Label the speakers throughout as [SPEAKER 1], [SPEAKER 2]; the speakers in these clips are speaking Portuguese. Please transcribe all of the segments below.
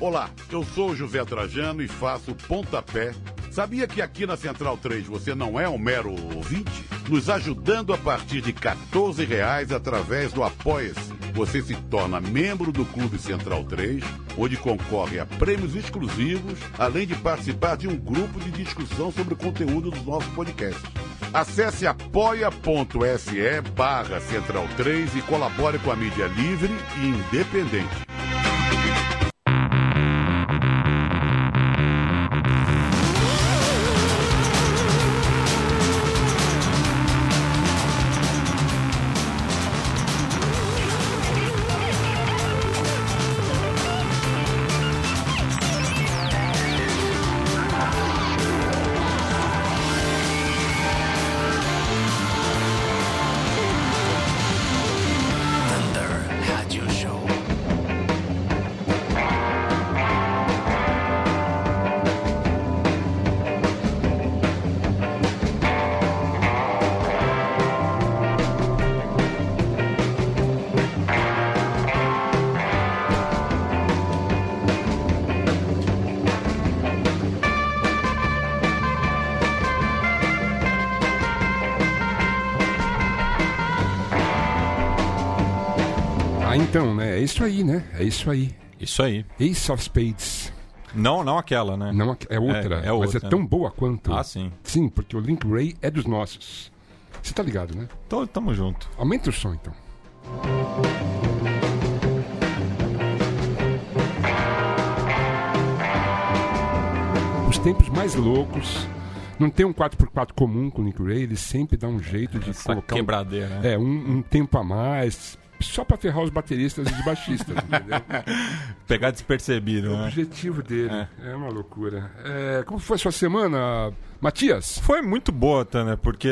[SPEAKER 1] Olá, eu sou o José Trajano e faço pontapé. Sabia que aqui na Central 3 você não é um mero ouvinte? Nos ajudando a partir de 14 reais através do Apoia-se. Você se torna membro do Clube Central 3, onde concorre a prêmios exclusivos, além de participar de um grupo de discussão sobre o conteúdo dos nossos podcasts. Acesse apoia.se barra Central 3 e colabore com a mídia livre e independente.
[SPEAKER 2] Ah, então, né? É isso aí, né? É isso aí.
[SPEAKER 3] Isso aí.
[SPEAKER 2] Ace of Spades.
[SPEAKER 3] Não, não aquela, né?
[SPEAKER 2] Não, é outra,
[SPEAKER 3] É, é outra.
[SPEAKER 2] mas é tão boa quanto.
[SPEAKER 3] Ah, sim.
[SPEAKER 2] Sim, porque o Link Ray é dos nossos. Você tá ligado, né?
[SPEAKER 3] Então, tamo junto.
[SPEAKER 2] Aumenta o som, então. Os tempos mais loucos. Não tem um 4x4 comum com o Nick Ray, ele sempre dá um jeito de
[SPEAKER 3] Essa
[SPEAKER 2] colocar um-
[SPEAKER 3] quebradeira, né?
[SPEAKER 2] é, um, um tempo a mais, só pra ferrar os bateristas e os baixistas, entendeu? É
[SPEAKER 3] Pegar despercebido,
[SPEAKER 2] O
[SPEAKER 3] né?
[SPEAKER 2] objetivo dele é, uma loucura. É, como foi a sua semana, Matias?
[SPEAKER 3] Foi muito boa, Tanner, porque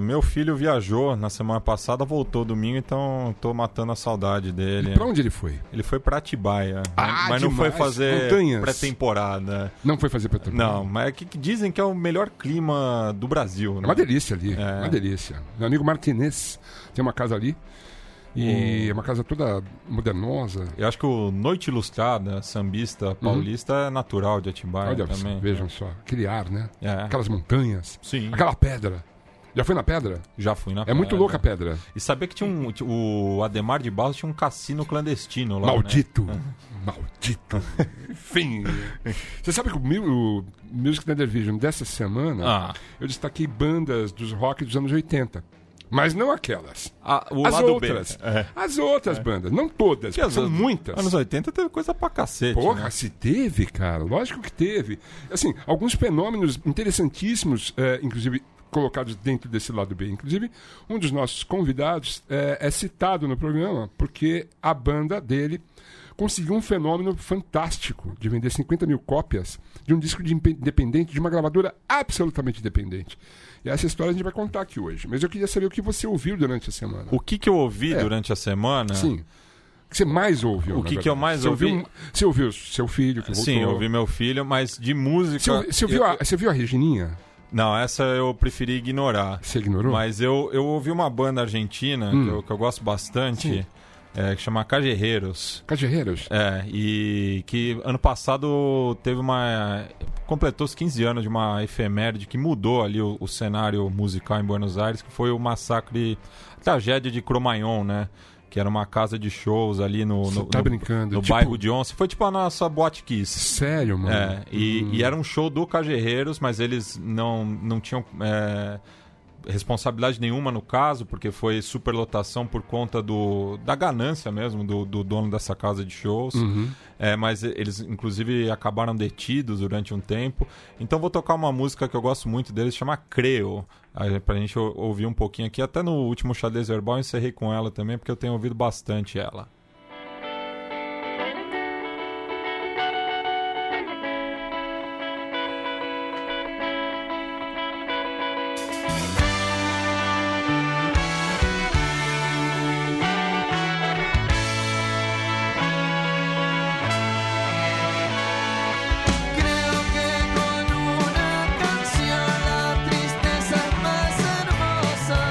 [SPEAKER 3] meu filho viajou na semana passada, voltou domingo, então tô matando a saudade dele.
[SPEAKER 2] Pra onde ele foi?
[SPEAKER 3] Ele foi pra Atibaia, né?
[SPEAKER 2] Ah,
[SPEAKER 3] mas não foi
[SPEAKER 2] demais.
[SPEAKER 3] fazer
[SPEAKER 2] Montanhas.
[SPEAKER 3] pré-temporada.
[SPEAKER 2] Não foi fazer Petrópolis?
[SPEAKER 3] Não, mas é que que dizem que é o melhor clima do Brasil,
[SPEAKER 2] É
[SPEAKER 3] né?
[SPEAKER 2] uma delícia ali,
[SPEAKER 3] É.
[SPEAKER 2] uma delícia. Meu amigo Martinez tem uma casa ali.
[SPEAKER 3] Hum.
[SPEAKER 2] E é uma casa toda modernosa.
[SPEAKER 3] Eu acho que o Noite Ilustrada, sambista paulista, é natural de Atibaia
[SPEAKER 2] Uhum. Olha,
[SPEAKER 3] também.
[SPEAKER 2] vejam só. Aquele ar, né?
[SPEAKER 3] É.
[SPEAKER 2] Aquelas montanhas.
[SPEAKER 3] Sim,
[SPEAKER 2] Aquela pedra. Já foi na pedra?
[SPEAKER 3] já fui na
[SPEAKER 2] É muito
[SPEAKER 3] praia.
[SPEAKER 2] louca a pedra.
[SPEAKER 3] E sabia que tinha um. O Ademar de Barros tinha um cassino clandestino lá. né? É.
[SPEAKER 2] Maldito. Maldito. Enfim. Você sabe que o, mu- o Music Thunder Vision dessa semana...
[SPEAKER 3] Ah,
[SPEAKER 2] eu destaquei bandas dos rock dos anos 80. Mas não aquelas.
[SPEAKER 3] a- o
[SPEAKER 2] as
[SPEAKER 3] lado
[SPEAKER 2] outras.
[SPEAKER 3] B. É.
[SPEAKER 2] As outras bandas. Não todas,
[SPEAKER 3] Que
[SPEAKER 2] porque
[SPEAKER 3] as
[SPEAKER 2] são
[SPEAKER 3] outras-
[SPEAKER 2] muitas.
[SPEAKER 3] Anos 80 teve coisa pra cacete.
[SPEAKER 2] Porra,
[SPEAKER 3] né?
[SPEAKER 2] se teve, cara. Lógico que teve. Assim, alguns fenômenos interessantíssimos, eh, inclusive colocados dentro desse lado B. Inclusive, um dos nossos convidados eh, é citado no programa porque a banda dele conseguiu um fenômeno fantástico de vender 50 mil cópias de um disco de impe- independente de uma gravadora absolutamente independente. E essa história a gente vai contar aqui hoje. Mas eu queria saber o que você ouviu durante a semana.
[SPEAKER 3] O que, que eu ouvi
[SPEAKER 2] É.
[SPEAKER 3] durante a semana?
[SPEAKER 2] Sim. O que você mais ouviu?
[SPEAKER 3] O
[SPEAKER 2] na
[SPEAKER 3] que que eu
[SPEAKER 2] verdade?
[SPEAKER 3] mais
[SPEAKER 2] Você ouviu
[SPEAKER 3] ouvi?
[SPEAKER 2] um- Você ouviu seu filho que
[SPEAKER 3] Sim, eu
[SPEAKER 2] voltou?
[SPEAKER 3] ouvi meu filho, mas de música.
[SPEAKER 2] Você, ouvi- você, viu
[SPEAKER 3] Ah, eu-
[SPEAKER 2] a, você viu a Regininha?
[SPEAKER 3] Não, essa eu preferi ignorar.
[SPEAKER 2] Você ignorou?
[SPEAKER 3] Mas eu, eu ouvi uma banda argentina
[SPEAKER 2] Hum.
[SPEAKER 3] que, eu, que eu gosto bastante, é, que chama Cajerreiros.
[SPEAKER 2] Cajerreiros?
[SPEAKER 3] É, e que ano passado teve uma. completou os 15 anos de uma efeméride que mudou ali o, o cenário musical em Buenos Aires, que foi o massacre, a tragédia de Cromagnon, né? Que era uma casa de shows ali no,
[SPEAKER 2] Você
[SPEAKER 3] no,
[SPEAKER 2] tá
[SPEAKER 3] no-
[SPEAKER 2] brincando,
[SPEAKER 3] no
[SPEAKER 2] tipo-
[SPEAKER 3] bairro de Onça. Foi tipo a nossa Boate Kiss.
[SPEAKER 2] Sério, mano?
[SPEAKER 3] É, e, e era um show do Cajerreiros, mas eles não, não tinham é, responsabilidade nenhuma no caso, porque foi superlotação por conta do, da ganância mesmo do, do dono dessa casa de shows.
[SPEAKER 2] Uhum.
[SPEAKER 3] É, mas eles, inclusive, acabaram detidos durante um tempo. Então vou tocar uma música que eu gosto muito deles, chama Creo. Aí, Pra gente ou- ouvir um pouquinho aqui. Até no último xadrez verbal eu encerrei com ela também, porque eu tenho ouvido bastante ela.
[SPEAKER 4] Creo que con una canción la tristeza es más hermosa.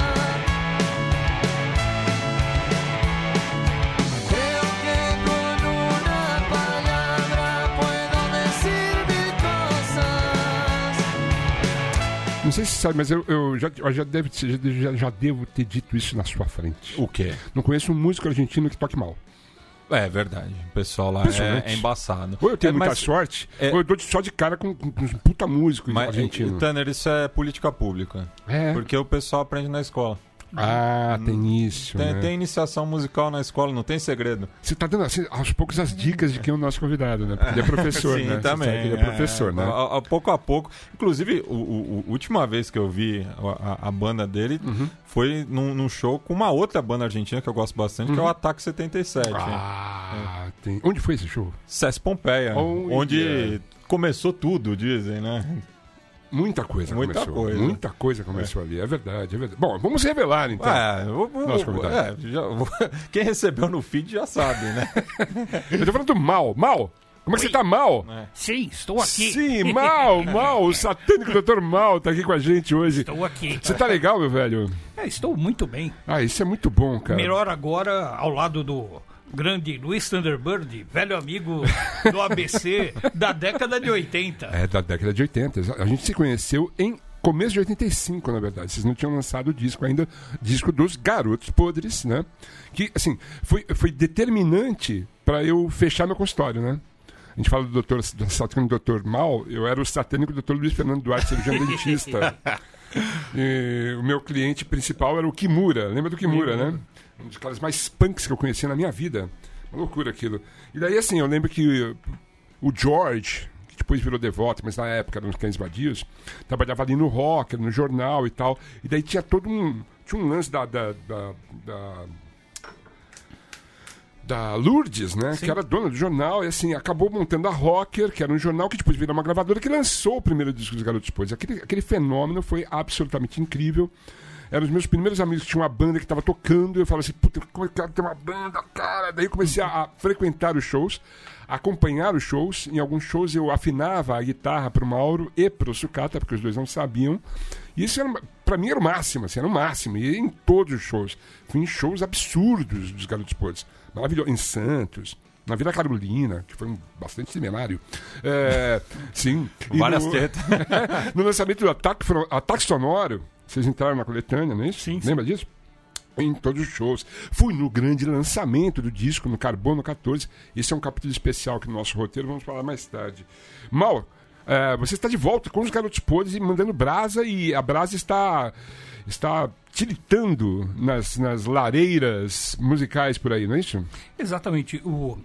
[SPEAKER 2] Não sei se você sabe, mas eu, eu já, eu já, deve, ter- já, já devo ter dito isso na sua frente.
[SPEAKER 3] O quê?
[SPEAKER 2] Não conheço um músico argentino que toque mal.
[SPEAKER 3] É verdade. O pessoal lá
[SPEAKER 2] Impressionante.
[SPEAKER 3] é, é embaçado.
[SPEAKER 2] Ou eu tenho
[SPEAKER 3] É,
[SPEAKER 2] muita
[SPEAKER 3] mas-
[SPEAKER 2] sorte,
[SPEAKER 3] é-
[SPEAKER 2] ou eu dou de- só de cara com, com, com um puta músico
[SPEAKER 3] Mas,
[SPEAKER 2] argentino.
[SPEAKER 3] Tanner, isso é política pública.
[SPEAKER 2] É.
[SPEAKER 3] Porque o pessoal aprende na escola.
[SPEAKER 2] Ah, tem isso.
[SPEAKER 3] Hum, Tem,
[SPEAKER 2] né?
[SPEAKER 3] tem iniciação musical na escola, não tem segredo.
[SPEAKER 2] Você tá dando assim, aos poucos as dicas de quem é o nosso convidado, né? Porque ele é professor,
[SPEAKER 3] Sim,
[SPEAKER 2] né? Você
[SPEAKER 3] também.
[SPEAKER 2] sabe que Ele é professor, né?
[SPEAKER 3] A, a- pouco a pouco. Inclusive, o, o- o- última vez que eu vi a, a- a banda dele
[SPEAKER 2] Uhum.
[SPEAKER 3] foi num, num show com uma outra banda argentina que eu gosto bastante, que é o Ataque 77. né?
[SPEAKER 2] Uhum. Ah, tem. Onde foi esse show?
[SPEAKER 3] Cés Pompeia,
[SPEAKER 2] Oh,
[SPEAKER 3] onde
[SPEAKER 2] yeah. começou
[SPEAKER 3] começou tudo, dizem, né?
[SPEAKER 2] Muita coisa
[SPEAKER 3] Muita
[SPEAKER 2] começou.
[SPEAKER 3] coisa.
[SPEAKER 2] Muita coisa começou ali, é verdade, é verdade. Bom, vamos revelar então.
[SPEAKER 3] É, eu vou-
[SPEAKER 2] Nosso
[SPEAKER 3] vou-
[SPEAKER 2] convidado.
[SPEAKER 3] é, já- vou- quem recebeu no feed já sabe, né?
[SPEAKER 2] Eu tô falando do mal. Mal? Como é que você tá mal?
[SPEAKER 5] Sim, estou aqui.
[SPEAKER 2] Sim, mal, mal. O satânico doutor Mal tá aqui com a gente hoje.
[SPEAKER 5] Estou aqui.
[SPEAKER 2] Você tá legal, meu velho?
[SPEAKER 5] É, estou muito bem.
[SPEAKER 2] Ah, isso é muito bom, cara.
[SPEAKER 5] Melhor agora ao lado do grande Luiz Thunderbird, velho amigo do ABC da década de 80.
[SPEAKER 2] É da década de 80. exa- A gente se conheceu em começo de 85, na verdade. Vocês não tinham lançado o disco ainda, disco dos Garotos Podres, né? Que, assim, foi, foi determinante para eu fechar meu consultório, né? A gente fala do doutor do satânico doutor mal, eu era o satânico doutor Luiz Fernando Duarte, cirurgião dentista. E o meu cliente principal era o Kimura. Lembra do Kimura, né? Um dos caras mais punks que eu conheci na minha vida. Uma loucura aquilo. E daí, assim, eu lembro que uh, o George, que depois virou devoto, mas na época um eram os cães vadios, trabalhava ali no rock, no jornal e tal. E daí tinha todo um... Tinha um lance da... da, da- da- da Lourdes, né? Que era dona do jornal, e assim, acabou montando a Rocker, que era um jornal que depois virou uma gravadora que lançou o primeiro disco dos Garotos Podres. Aquele, aquele fenômeno foi absolutamente incrível. Eram os meus primeiros amigos que tinham uma banda que estava tocando, e eu falava assim, puta, como é que tem uma banda, cara? Daí eu comecei a, a frequentar os shows, a acompanhar os shows. Em alguns shows eu afinava a guitarra pro Mauro e pro Sucata, porque os dois não sabiam. E isso era, uma- pra mim era o máximo, assim, era o máximo. E em todos os shows. Fui em shows absurdos dos Garotos Podres. Maravilhoso. Em Santos, na Vila Carolina, que foi um bastante seminário. É, sim. E
[SPEAKER 3] Várias
[SPEAKER 2] no-
[SPEAKER 3] tetas.
[SPEAKER 2] no lançamento do Ataque, Fro- Ataque Sonoro, vocês entraram na coletânea, não é isso? Sim. Lembra disso? Em todos os shows. Fui no grande lançamento do disco, no Carbono 14. Esse é um capítulo especial aqui no nosso roteiro, vamos falar mais tarde. Mal, eh, você está de volta com os garotos podres e mandando brasa, e a brasa está, está tiritando nas, nas lareiras musicais por aí, não é isso?
[SPEAKER 5] Exatamente. O...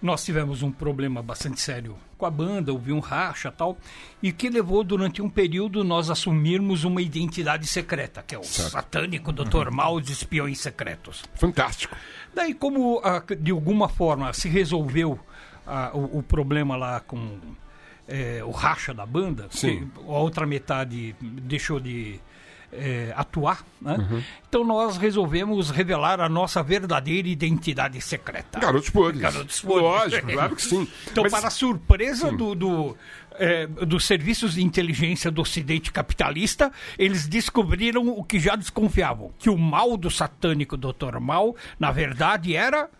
[SPEAKER 5] Nós tivemos um problema bastante sério com a banda, houve um racha tal, e que levou durante um período nós assumirmos uma identidade secreta, que é o satânico Dr.
[SPEAKER 2] Uhum.
[SPEAKER 5] Mal de Espiões Secretos.
[SPEAKER 2] Fantástico.
[SPEAKER 5] Daí, como ah, de alguma forma se resolveu ah, o, o problema lá com eh, o racha da banda,
[SPEAKER 2] Sim.
[SPEAKER 5] que a outra metade deixou de eh, atuar, né? então nós resolvemos revelar a nossa verdadeira identidade secreta.
[SPEAKER 2] Garotos podres.
[SPEAKER 5] Garotos Podres.
[SPEAKER 2] Lógico, claro que sim.
[SPEAKER 5] Então,
[SPEAKER 2] Mas-
[SPEAKER 5] para a surpresa do, do, eh, dos serviços de inteligência do Ocidente capitalista, eles descobriram o que já desconfiavam: que o mal do satânico Dr. Mal, na verdade, era.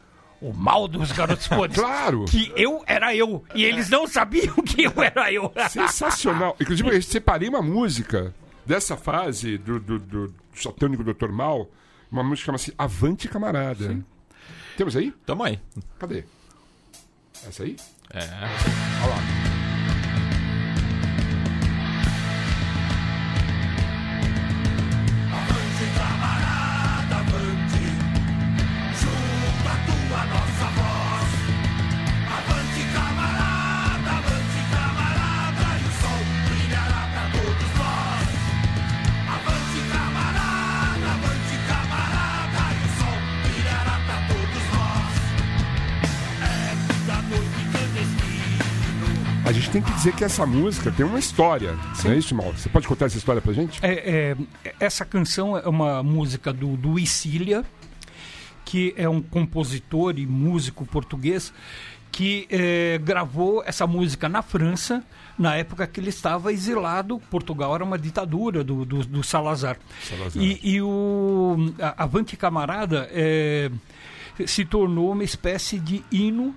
[SPEAKER 5] O mal dos garotos podres.
[SPEAKER 2] Claro. É.
[SPEAKER 5] Que eu era eu. E eles não sabiam que eu era eu.
[SPEAKER 2] Sensacional. Inclusive, eu separei uma música dessa fase do, do, do satânico Dr. Mal, uma música que chama-se Avante Camarada. Temos aí?
[SPEAKER 3] Tamo aí.
[SPEAKER 2] Cadê? Essa aí?
[SPEAKER 3] É.
[SPEAKER 2] A gente tem que dizer que essa música tem uma história. Não é isso, Mal? Você pode contar essa história pra gente?
[SPEAKER 5] É, é, essa canção é uma música do Luiz Cília, que é um compositor e músico português que é, gravou essa música na França, na época que ele estava exilado. Portugal era uma ditadura do, do, do Salazar.
[SPEAKER 2] Salazar.
[SPEAKER 5] E, e o eh, a- Avante Camarada é, se tornou uma espécie de hino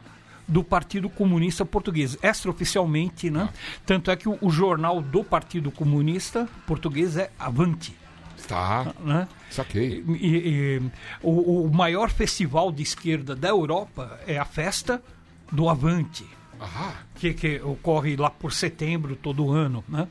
[SPEAKER 5] do Partido Comunista Português, extraoficialmente, né? Tanto é que o, o jornal do Partido Comunista Português é Avante,
[SPEAKER 2] Tá,
[SPEAKER 5] né?
[SPEAKER 2] saquei.
[SPEAKER 5] E- e- o, o maior festival de esquerda da Europa é a festa do Avante,
[SPEAKER 2] Ah,
[SPEAKER 5] que, que ocorre lá por setembro todo ano, né?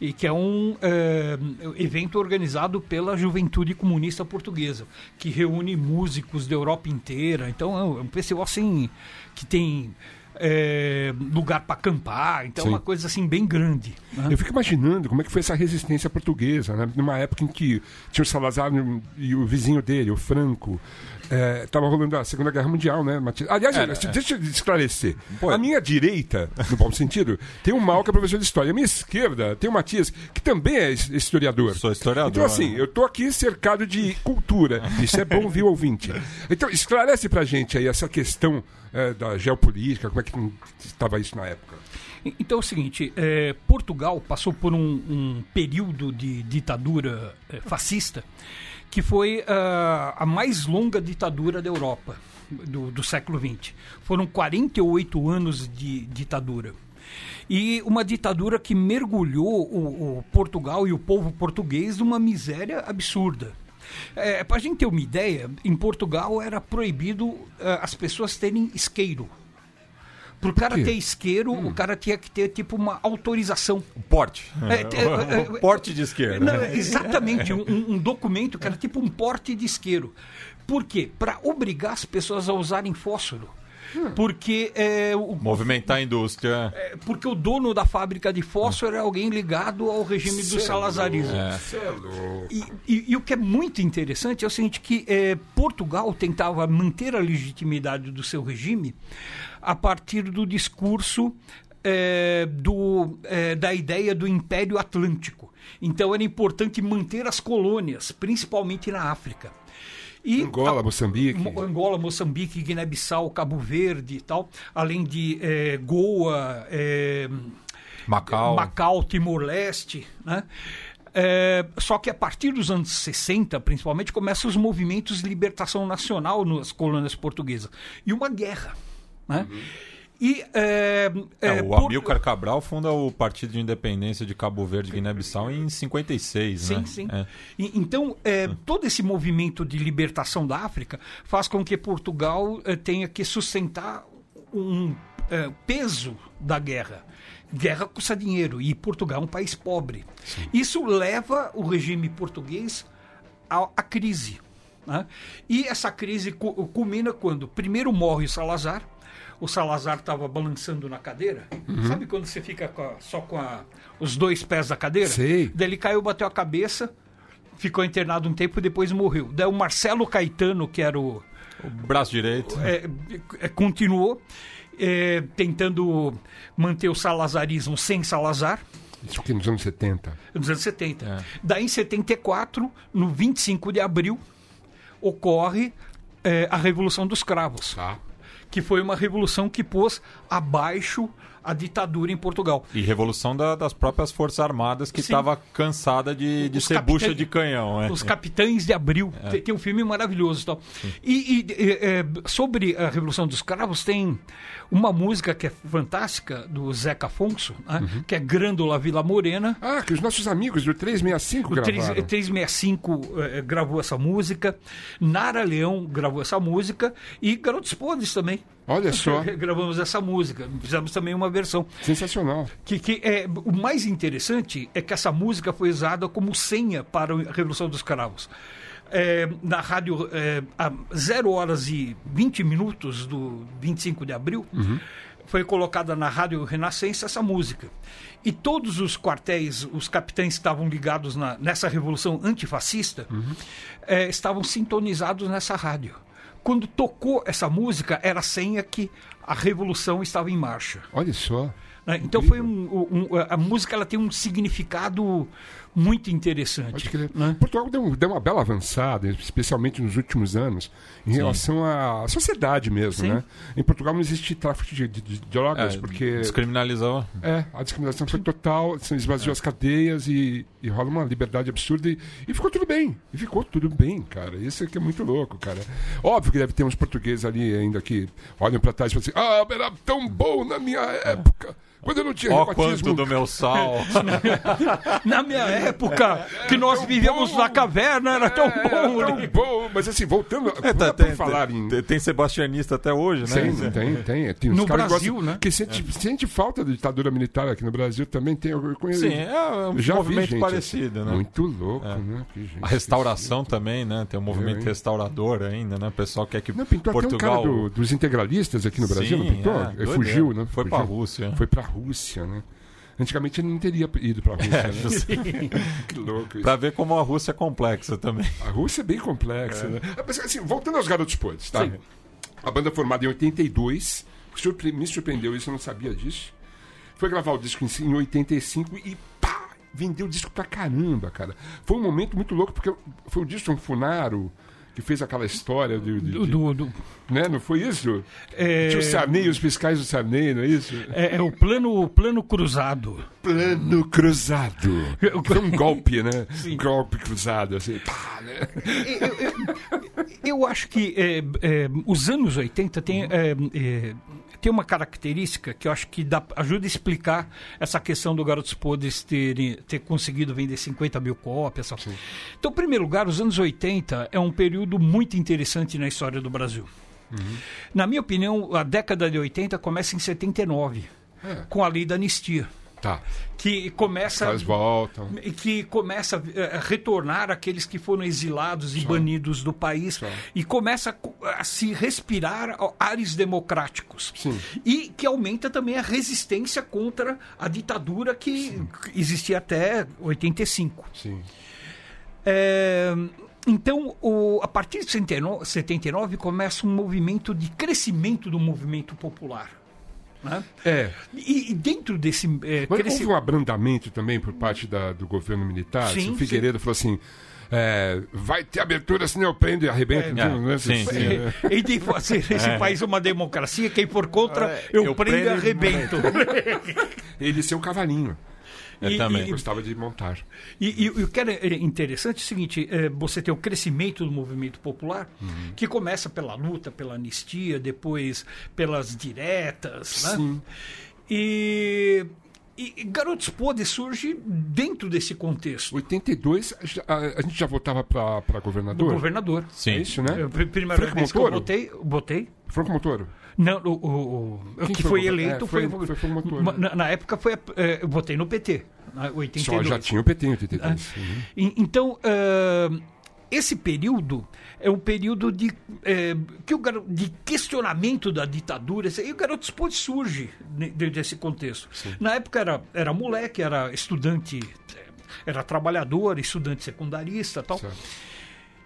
[SPEAKER 5] E que é um eh, evento organizado pela Juventude Comunista Portuguesa, que reúne músicos da Europa inteira. Então é um- é um festival assim que tem eh, lugar para acampar. Então
[SPEAKER 2] Sim.
[SPEAKER 5] é uma coisa assim bem grande. né?
[SPEAKER 2] eu fico imaginando como é que foi essa resistência portuguesa, né? Numa época em que tinha o Salazar e o vizinho dele, o Franco. É, tava rolando a Segunda Guerra Mundial, né, Matias? Aliás,
[SPEAKER 3] é.
[SPEAKER 2] deixa- deixa eu esclarecer.
[SPEAKER 3] Pô,
[SPEAKER 2] a minha direita, no bom sentido, tem o Mal, que é professor de história. A minha esquerda tem o Matias, que também é his- historiador.
[SPEAKER 3] Sou historiador. né?
[SPEAKER 2] Então, assim, eu tô aqui cercado de cultura. Isso é bom, viu, ouvinte? Então, esclarece pra gente aí essa questão eh, da geopolítica, como é que estava isso na época.
[SPEAKER 5] E- Então é o seguinte, eh, Portugal passou por um, um período de ditadura eh, fascista que foi ah, a mais longa ditadura da Europa do, do século XX. Foram 48 anos de ditadura. E uma ditadura que mergulhou o, o Portugal e o povo português numa miséria absurda. É, Para a gente ter uma ideia, em Portugal era proibido eh, as pessoas terem isqueiro. Pro cara
[SPEAKER 2] quê?
[SPEAKER 5] ter isqueiro, o cara tinha que ter tipo uma autorização.
[SPEAKER 3] Hum. Um Porte. um
[SPEAKER 5] É, te- é, é,
[SPEAKER 3] Porte de né? esquerda.
[SPEAKER 5] Não, exatamente, um- um, um documento que era tipo um porte de isqueiro. Por quê? Para obrigar as pessoas a usarem fósforo. Porque, eh, o,
[SPEAKER 3] Movimentar a indústria.
[SPEAKER 5] eh, porque o dono da fábrica de
[SPEAKER 3] Hum.
[SPEAKER 5] fósforo era alguém ligado ao regime do salazarismo.
[SPEAKER 3] É.
[SPEAKER 2] é
[SPEAKER 5] E, e- e o que é muito interessante é o seguinte, que eh, Portugal tentava manter a legitimidade do seu regime a partir do discurso eh, do, eh, da ideia do Império Atlântico. Então era importante manter as colônias, principalmente na África. E
[SPEAKER 2] Angola, Moçambique.
[SPEAKER 5] Mo- Angola, Moçambique, Guiné-Bissau, Cabo Verde e tal, além de eh, Goa, eh,
[SPEAKER 3] Macau.
[SPEAKER 5] Macau, Timor-Leste, né? É, só que a partir dos anos 60, principalmente, começam os movimentos de libertação nacional nas colônias portuguesas. E uma guerra. Né? E, é,
[SPEAKER 3] Uhum. É,
[SPEAKER 5] é,
[SPEAKER 3] o
[SPEAKER 5] por-
[SPEAKER 3] Amilcar Cabral funda o Partido de Independência de Cabo Verde e Guiné-Bissau em 56,
[SPEAKER 5] Sim,
[SPEAKER 3] né?
[SPEAKER 5] sim.
[SPEAKER 3] É.
[SPEAKER 5] E- então, é, todo esse movimento de libertação da África faz com que Portugal eh, tenha que sustentar um eh, peso da guerra. Guerra custa dinheiro e Portugal é um país pobre. Isso leva o regime português à, à crise. né? E essa crise cu- culmina quando primeiro morre o Salazar. O Salazar estava balançando na cadeira. Sabe quando você fica com a- só com a- os dois pés da cadeira?
[SPEAKER 2] Sei.
[SPEAKER 5] Daí ele caiu, bateu a cabeça, ficou internado um tempo e depois morreu. Daí o Marcelo Caetano, que era o.
[SPEAKER 3] O braço direito.
[SPEAKER 5] é, é, continuou é, tentando manter o salazarismo sem Salazar.
[SPEAKER 2] Isso aqui nos anos 70.
[SPEAKER 5] Nos anos 70. Daí, em 74, no 25 de abril, ocorre é, a Revolução dos Cravos,
[SPEAKER 2] Tá.
[SPEAKER 5] que foi uma revolução que pôs abaixo a ditadura em Portugal.
[SPEAKER 3] E revolução da- das próprias Forças Armadas que
[SPEAKER 5] Sim.
[SPEAKER 3] estava cansada de, de
[SPEAKER 5] Os
[SPEAKER 3] ser
[SPEAKER 5] capitã-
[SPEAKER 3] bucha de canhão. É.
[SPEAKER 5] Os Capitães de Abril.
[SPEAKER 2] É.
[SPEAKER 5] Tem, tem um filme maravilhoso. e Tal. E, e, é, é, sobre a Revolução dos Cravos, tem uma música que é fantástica, do Zeca Afonso, né,
[SPEAKER 2] Uhum.
[SPEAKER 5] que é Grândola Vila Morena.
[SPEAKER 2] Ah, que os nossos amigos do 365
[SPEAKER 5] O três-
[SPEAKER 2] gravaram.
[SPEAKER 5] 365 eh, gravou essa música, Nara Leão gravou essa música e Garotos Podres também.
[SPEAKER 2] Olha só,
[SPEAKER 5] Gravamos essa música, fizemos também uma versão.
[SPEAKER 2] sensacional.
[SPEAKER 5] Que, que é, o mais interessante é que essa música foi usada como senha para a Revolução dos Cravos. É, na rádio, é, a 0 horas e 20 minutos do 25 de abril, foi colocada na Rádio Renascença essa música. E todos os quartéis, os capitães que estavam ligados na- nessa revolução antifascista, é, estavam sintonizados nessa rádio. Quando tocou essa música, era a senha que a revolução estava em marcha.
[SPEAKER 2] Olha só.
[SPEAKER 5] Né? Então foi um, um- a música ela tem um significado muito interessante.
[SPEAKER 2] Pode crer.
[SPEAKER 5] né?
[SPEAKER 2] Portugal deu, um- deu uma bela avançada, especialmente nos últimos anos, em relação à sociedade mesmo,
[SPEAKER 5] Sim.
[SPEAKER 2] né? Em Portugal não existe tráfico de, de- de drogas,
[SPEAKER 3] É,
[SPEAKER 2] porque...
[SPEAKER 3] Descriminalizou.
[SPEAKER 2] É, a discriminação foi total, se esvaziou as cadeias e, e rola uma liberdade absurda e, e ficou tudo bem. E ficou tudo bem, cara. Isso aqui é muito louco, cara. Óbvio que deve ter uns portugueses ali ainda que olham pra trás e falam assim, Ah, era tão bom na minha época. Quando eu não tinha
[SPEAKER 3] Ó
[SPEAKER 2] reumatismo.
[SPEAKER 3] quanto do meu sal.
[SPEAKER 5] Na minha época, que nós
[SPEAKER 2] É. tão
[SPEAKER 5] vivíamos
[SPEAKER 2] bom.
[SPEAKER 5] na caverna, era tão
[SPEAKER 2] É,
[SPEAKER 5] bom.
[SPEAKER 2] era
[SPEAKER 5] né?
[SPEAKER 2] tão bom. Mas assim, voltando, a-
[SPEAKER 3] É, tá,
[SPEAKER 2] por
[SPEAKER 3] tem,
[SPEAKER 2] falar
[SPEAKER 3] tem-
[SPEAKER 2] em...
[SPEAKER 3] tem- tem sebastianista até hoje, né?
[SPEAKER 2] Tem, tem, tem. Tem uns
[SPEAKER 5] No
[SPEAKER 2] caras que
[SPEAKER 5] Brasil,
[SPEAKER 2] gostam-
[SPEAKER 5] né?
[SPEAKER 2] Que sente,
[SPEAKER 3] É.
[SPEAKER 2] sente falta da ditadura militar aqui no Brasil também tem. Eu conheço.
[SPEAKER 3] Sim, é um
[SPEAKER 2] Já vi
[SPEAKER 3] movimento
[SPEAKER 2] gente
[SPEAKER 3] parecido,
[SPEAKER 2] assim.
[SPEAKER 3] né?
[SPEAKER 2] Muito louco, né? Que gente
[SPEAKER 3] A restauração também, né? Tem um movimento
[SPEAKER 2] hein?
[SPEAKER 3] restaurador ainda, né? O pessoal quer que
[SPEAKER 2] Não, pintou
[SPEAKER 3] Portugal.
[SPEAKER 2] até um cara do- dos integralistas aqui no Brasil,
[SPEAKER 3] Sim,
[SPEAKER 2] não pintou?
[SPEAKER 3] é,
[SPEAKER 2] Ele
[SPEAKER 3] doideira.
[SPEAKER 2] fugiu, né?
[SPEAKER 3] Foi
[SPEAKER 2] Fugiu.
[SPEAKER 3] pra Rússia.
[SPEAKER 2] Foi pra Rússia, né? Antigamente ele não teria ido pra Rússia, né? Que louco isso.
[SPEAKER 3] É, Pra ver como a Rússia é complexa também.
[SPEAKER 2] A Rússia é bem complexa, né? Mas, assim, voltando aos Garotos Podres, tá? A banda formada em 82, surpre- me surpreendeu isso, eu não sabia disso. Foi gravar o disco em, em 85 e pá! Vendeu o disco pra caramba, cara. Foi um momento muito louco, porque foi o disco um Funaro que fez aquela história de, de-
[SPEAKER 5] Do-
[SPEAKER 2] de-
[SPEAKER 5] do- do-
[SPEAKER 2] né? Não foi isso?
[SPEAKER 5] É-
[SPEAKER 2] Tinha o Sarney, os fiscais do Sarney, não é isso?
[SPEAKER 5] é, é o plano, o plano cruzado.
[SPEAKER 2] Plano cruzado. Foi um golpe, né? Golpe cruzado, assim. Pá, né?
[SPEAKER 5] Eu acho que é, é, os anos 80 tem, é, é, tem uma característica que eu acho que dá- ajuda a explicar essa questão do Garotos Podres ter, ter conseguido vender 50 mil cópias. essa- Então, em primeiro lugar, os anos 80 é um período muito interessante na história do Brasil. Na minha opinião, a década de 80 começa em 79, com a lei da anistia,
[SPEAKER 2] Tá.
[SPEAKER 5] que começa
[SPEAKER 2] Elas voltam.
[SPEAKER 5] e que começa eh, a retornar aqueles que foram exilados e banidos do país e começa a co- a se respirar ó, ares democráticos
[SPEAKER 2] Sim.
[SPEAKER 5] e que aumenta também a resistência contra a ditadura que que existia até 85.
[SPEAKER 2] Sim.
[SPEAKER 5] É, então, o- a partir de 79 79 começa um movimento de crescimento do movimento popular. né?
[SPEAKER 2] É.
[SPEAKER 5] E, e dentro desse eh,
[SPEAKER 2] Mas
[SPEAKER 5] cresci-
[SPEAKER 2] houve um abrandamento também por parte da- do governo militar.
[SPEAKER 5] Sim,
[SPEAKER 2] Assim, o Figueiredo falou assim: é, vai ter abertura, senão eu prendo e arrebento.
[SPEAKER 3] É,
[SPEAKER 2] não é?
[SPEAKER 3] sim, sim.
[SPEAKER 5] É, Ele tem que fazer esse país uma democracia. Quem for contra, É, eu,
[SPEAKER 3] eu
[SPEAKER 5] prendo e
[SPEAKER 3] prendo e
[SPEAKER 5] arrebento.
[SPEAKER 2] Ele ser um cavalinho.
[SPEAKER 3] Eu
[SPEAKER 5] E-
[SPEAKER 3] também.
[SPEAKER 5] e-
[SPEAKER 2] Gostava de montar.
[SPEAKER 5] E, e- e o que era é, interessante é o seguinte: é, você tem o crescimento do movimento popular, que começa pela luta, pela anistia, depois pelas diretas. Né?
[SPEAKER 2] Sim.
[SPEAKER 5] E, e Garotos Podres surge dentro desse contexto
[SPEAKER 2] 82, a, a- a gente já voltava para
[SPEAKER 5] do
[SPEAKER 2] governador?
[SPEAKER 5] governador.
[SPEAKER 2] É
[SPEAKER 3] Sim.
[SPEAKER 2] isso, né?
[SPEAKER 5] Eu, pri- primeira
[SPEAKER 2] Franco
[SPEAKER 5] vez
[SPEAKER 2] Montoro?
[SPEAKER 5] que eu botei, botei.
[SPEAKER 2] Franco Montoro.
[SPEAKER 5] Não, o, o- o-
[SPEAKER 2] Quem
[SPEAKER 5] que
[SPEAKER 2] foi
[SPEAKER 5] foi
[SPEAKER 2] o-
[SPEAKER 5] eleito
[SPEAKER 2] é,
[SPEAKER 5] foi,
[SPEAKER 2] foi- foi- foi o motor,
[SPEAKER 5] ma-
[SPEAKER 2] né?
[SPEAKER 5] na, na época foi a- eh, eu votei no né, PT, na
[SPEAKER 2] Só
[SPEAKER 5] 82.
[SPEAKER 2] já tinha o PT em 82. Uhum.
[SPEAKER 5] E- Então, ah, esse período é um período de, eh, que o garo- de questionamento da ditadura. E o Garotos Pontes surge ne- dentro desse contexto. Na época era, era moleque, era estudante, eh, era trabalhador, estudante secundarista tal.
[SPEAKER 2] Certo.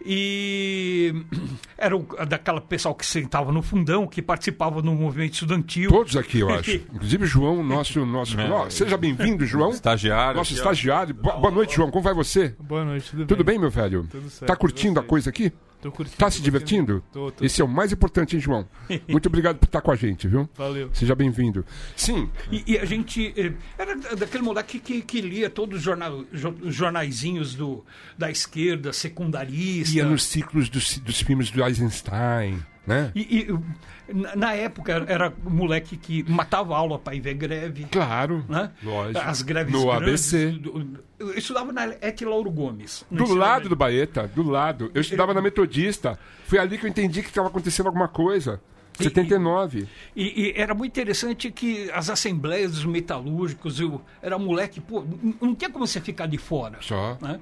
[SPEAKER 5] E era o- daquela pessoal que sentava no fundão, que participava do movimento estudantil.
[SPEAKER 2] Todos aqui, eu acho. Inclusive João, nosso. nosso...
[SPEAKER 3] É.
[SPEAKER 2] Ó, seja bem-vindo, João.
[SPEAKER 3] Estagiário.
[SPEAKER 2] Nosso estagiário. Boa, boa noite, João. Como vai você?
[SPEAKER 6] Boa noite, tudo,
[SPEAKER 2] Tudo bem, meu velho?
[SPEAKER 6] Tudo certo,
[SPEAKER 2] tá curtindo a
[SPEAKER 6] vocês?
[SPEAKER 2] coisa aqui?
[SPEAKER 6] Tô curtindo,
[SPEAKER 2] Tá se
[SPEAKER 6] tô
[SPEAKER 2] divertindo?
[SPEAKER 6] Tô, tô.
[SPEAKER 2] Esse é o mais importante, hein, João? Muito obrigado por estar com a gente, viu?
[SPEAKER 6] Valeu.
[SPEAKER 2] Seja bem-vindo. Sim,
[SPEAKER 5] E, e a gente eh, era da- daquele moleque que, que lia todos os jornal, jo- os jornaizinhos do, da esquerda, secundarista.
[SPEAKER 2] ia nos ciclos dos, dos filmes do Eisenstein, né?
[SPEAKER 5] E- e, na, na época era- era moleque que matava aula para ir ver greve.
[SPEAKER 2] Claro.
[SPEAKER 5] Né?
[SPEAKER 2] Lógico.
[SPEAKER 5] As greves
[SPEAKER 2] No
[SPEAKER 5] grandes,
[SPEAKER 2] ABC.
[SPEAKER 5] do- eu estudava na Et Lauro Gomes. no
[SPEAKER 2] Do
[SPEAKER 5] ensino
[SPEAKER 2] lado
[SPEAKER 5] médio.
[SPEAKER 2] do Baeta, do lado. Eu estudava na Metodista. Foi ali que eu entendi que estava acontecendo alguma coisa. 79.
[SPEAKER 5] E, e era muito interessante que as assembleias dos metalúrgicos, eu era moleque, pô, n- não tinha como você ficar de fora.
[SPEAKER 2] Só.
[SPEAKER 5] né?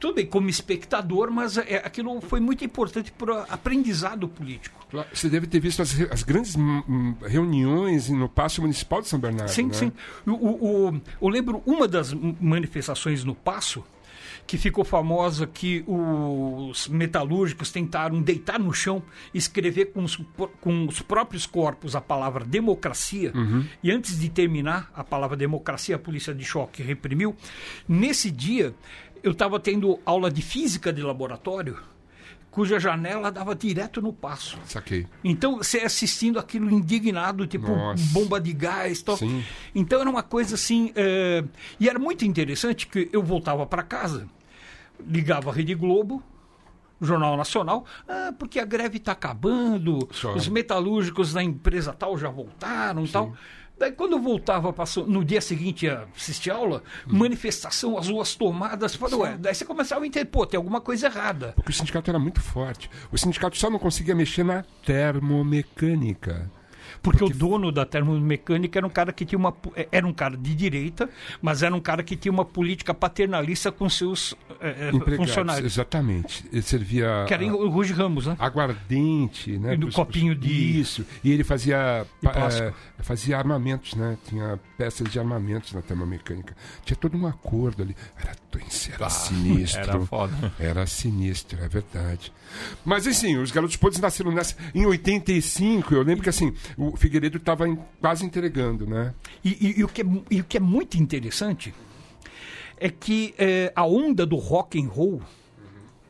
[SPEAKER 5] Tudo bem, como espectador, mas é, aquilo foi muito importante para aprendizado político.
[SPEAKER 2] Claro, Você deve ter visto as, re- as grandes hum, hum, reuniões no Paço Municipal de São Bernardo.
[SPEAKER 5] Sim,
[SPEAKER 2] né?
[SPEAKER 5] sim. O- o- o- eu lembro uma das m- manifestações no Passo, que ficou famosa, que os metalúrgicos tentaram deitar no chão, escrever com os, po- com os próprios corpos a palavra democracia, e antes de terminar a palavra democracia, a polícia de choque reprimiu. Nesse dia, eu estava tendo aula de física de laboratório, cuja janela dava direto no Passo.
[SPEAKER 2] Saquei.
[SPEAKER 5] Então, você assistindo aquilo indignado, tipo
[SPEAKER 2] Nossa.
[SPEAKER 5] bomba de gás, tal.
[SPEAKER 2] Sim.
[SPEAKER 5] Então era uma coisa assim, eh, e era muito interessante que eu voltava para casa, ligava a Rede Globo, Jornal Nacional, ah, porque a greve está acabando,
[SPEAKER 2] Só.
[SPEAKER 5] os metalúrgicos da empresa tal já voltaram e tal. Daí, quando eu voltava passou, no dia seguinte a assistir aula,
[SPEAKER 2] Hum.
[SPEAKER 5] manifestação, as ruas tomadas. Falei, Ué, daí você começava a entender, pô, tem alguma coisa errada.
[SPEAKER 2] Porque o sindicato era muito forte. O sindicato só não conseguia mexer na termomecânica.
[SPEAKER 5] Porque, o dono da termomecânica era um cara que tinha uma. po- eh, Era um cara de direita, mas era um cara que tinha uma política paternalista com seus eh, eh,
[SPEAKER 2] Empregados, ah.
[SPEAKER 5] funcionários.
[SPEAKER 2] Exatamente. Ele servia.
[SPEAKER 5] Que era o Ruge Ramos, né?
[SPEAKER 2] aguardente, né?
[SPEAKER 5] E do
[SPEAKER 2] pros-
[SPEAKER 5] copinho
[SPEAKER 2] pros-
[SPEAKER 5] de-
[SPEAKER 2] Isso. E ele fazia
[SPEAKER 5] De plástico.
[SPEAKER 2] eh, fazia armamentos, né? Tinha peças de armamentos na termomecânica. Tinha todo um acordo ali. Era, era sinistro.
[SPEAKER 3] Era foda.
[SPEAKER 2] Era sinistro, é verdade. Mas assim, os Garotos Podres nasceram nessa... em 85. Eu lembro que assim, o Figueiredo estava quase entregando, né?
[SPEAKER 5] E, e- e o que é, mu- e o que é muito interessante é que eh, a onda do rock and roll,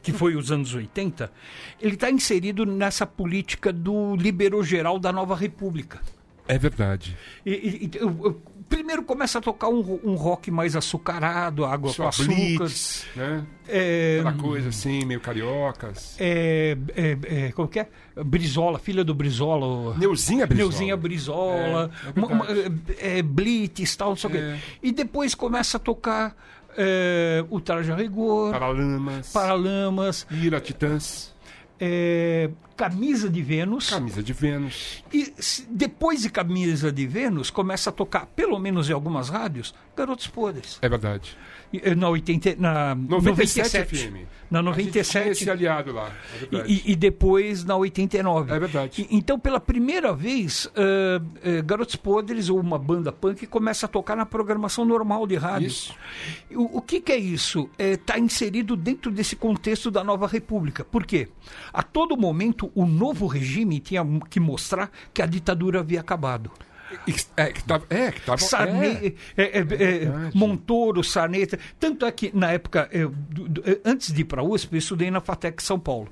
[SPEAKER 5] que foi os anos 80, ele está inserido nessa política do liberou-geral da nova república.
[SPEAKER 2] É verdade.
[SPEAKER 5] E- e- e- eu- eu- primeiro começa a tocar um, ro- um rock mais açucarado, água com
[SPEAKER 2] Só
[SPEAKER 5] açúcar.
[SPEAKER 2] blitz, né?
[SPEAKER 5] É,
[SPEAKER 2] Aquela coisa assim, meio cariocas.
[SPEAKER 5] é, é, é, como que é? Brizola, filha do Brizola. o-
[SPEAKER 2] Neuzinha é Brizola.
[SPEAKER 5] É. Neuzinha Brizola,
[SPEAKER 2] É, é
[SPEAKER 5] uma- uma-
[SPEAKER 2] verdade.
[SPEAKER 5] é, é, Blitz, tal, não sei o
[SPEAKER 2] É.
[SPEAKER 5] quê. E depois começa a tocar é, o Traje a Rigor,
[SPEAKER 2] Paralamas.
[SPEAKER 5] Paralamas,
[SPEAKER 2] Ira Titãs.
[SPEAKER 5] é, Camisa de Vênus.
[SPEAKER 2] Camisa de Vênus.
[SPEAKER 5] E se- depois de Camisa de Vênus, começa a tocar, pelo menos em algumas rádios, Garotos Podres.
[SPEAKER 2] É verdade.
[SPEAKER 5] E, é, Na, 80, na
[SPEAKER 2] 97
[SPEAKER 5] 97.
[SPEAKER 2] FM.
[SPEAKER 5] Na
[SPEAKER 2] A gente tinha
[SPEAKER 5] 97.
[SPEAKER 2] esse aliado lá. É verdade.
[SPEAKER 5] E, e- e depois na 89.
[SPEAKER 2] É verdade.
[SPEAKER 5] E- então, pela primeira vez, ah, eh, Garotos Podres, ou uma banda punk, começa a tocar na programação normal de rádio.
[SPEAKER 2] Isso.
[SPEAKER 5] E O, o que, que é isso? Está inserido dentro desse contexto da nova república. Por quê? A todo momento, o novo regime tinha que mostrar que a ditadura havia acabado.
[SPEAKER 2] E- É, que tava. É, que tava. é.
[SPEAKER 5] Sarney, é, é, é, Montoro, Sarney. t- Tanto é que, na época, eu, do- do- eh, antes de ir para a USP, eu estudei na FATEC São Paulo.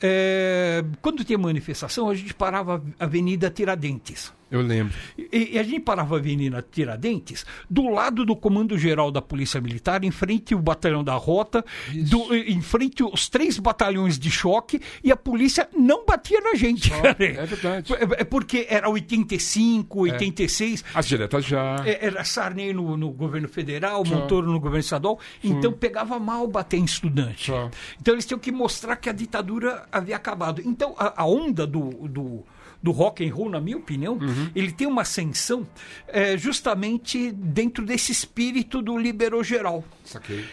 [SPEAKER 5] É, quando tinha manifestação, a gente parava a Avenida Tiradentes.
[SPEAKER 2] Eu lembro.
[SPEAKER 5] E, e a gente parava a Avenida Tiradentes do lado do Comando Geral da Polícia Militar, em frente ao Batalhão da Rota, do- eh, em frente aos três batalhões de choque, e a polícia não batia na gente.
[SPEAKER 2] Ó,
[SPEAKER 5] cara.
[SPEAKER 2] é verdade.
[SPEAKER 5] É- é porque era 85, 86.
[SPEAKER 2] As diretas já.
[SPEAKER 5] É, Era Sarney no, no governo federal, Montoro no governo estadual, então pegava mal bater em estudante.
[SPEAKER 2] Só.
[SPEAKER 5] Então eles tinham que mostrar que a ditadura havia acabado. Então a, a onda do, do, do rock and roll, na minha opinião, ele tem uma ascensão eh, justamente dentro desse espírito do liberou geral.
[SPEAKER 2] Saquei.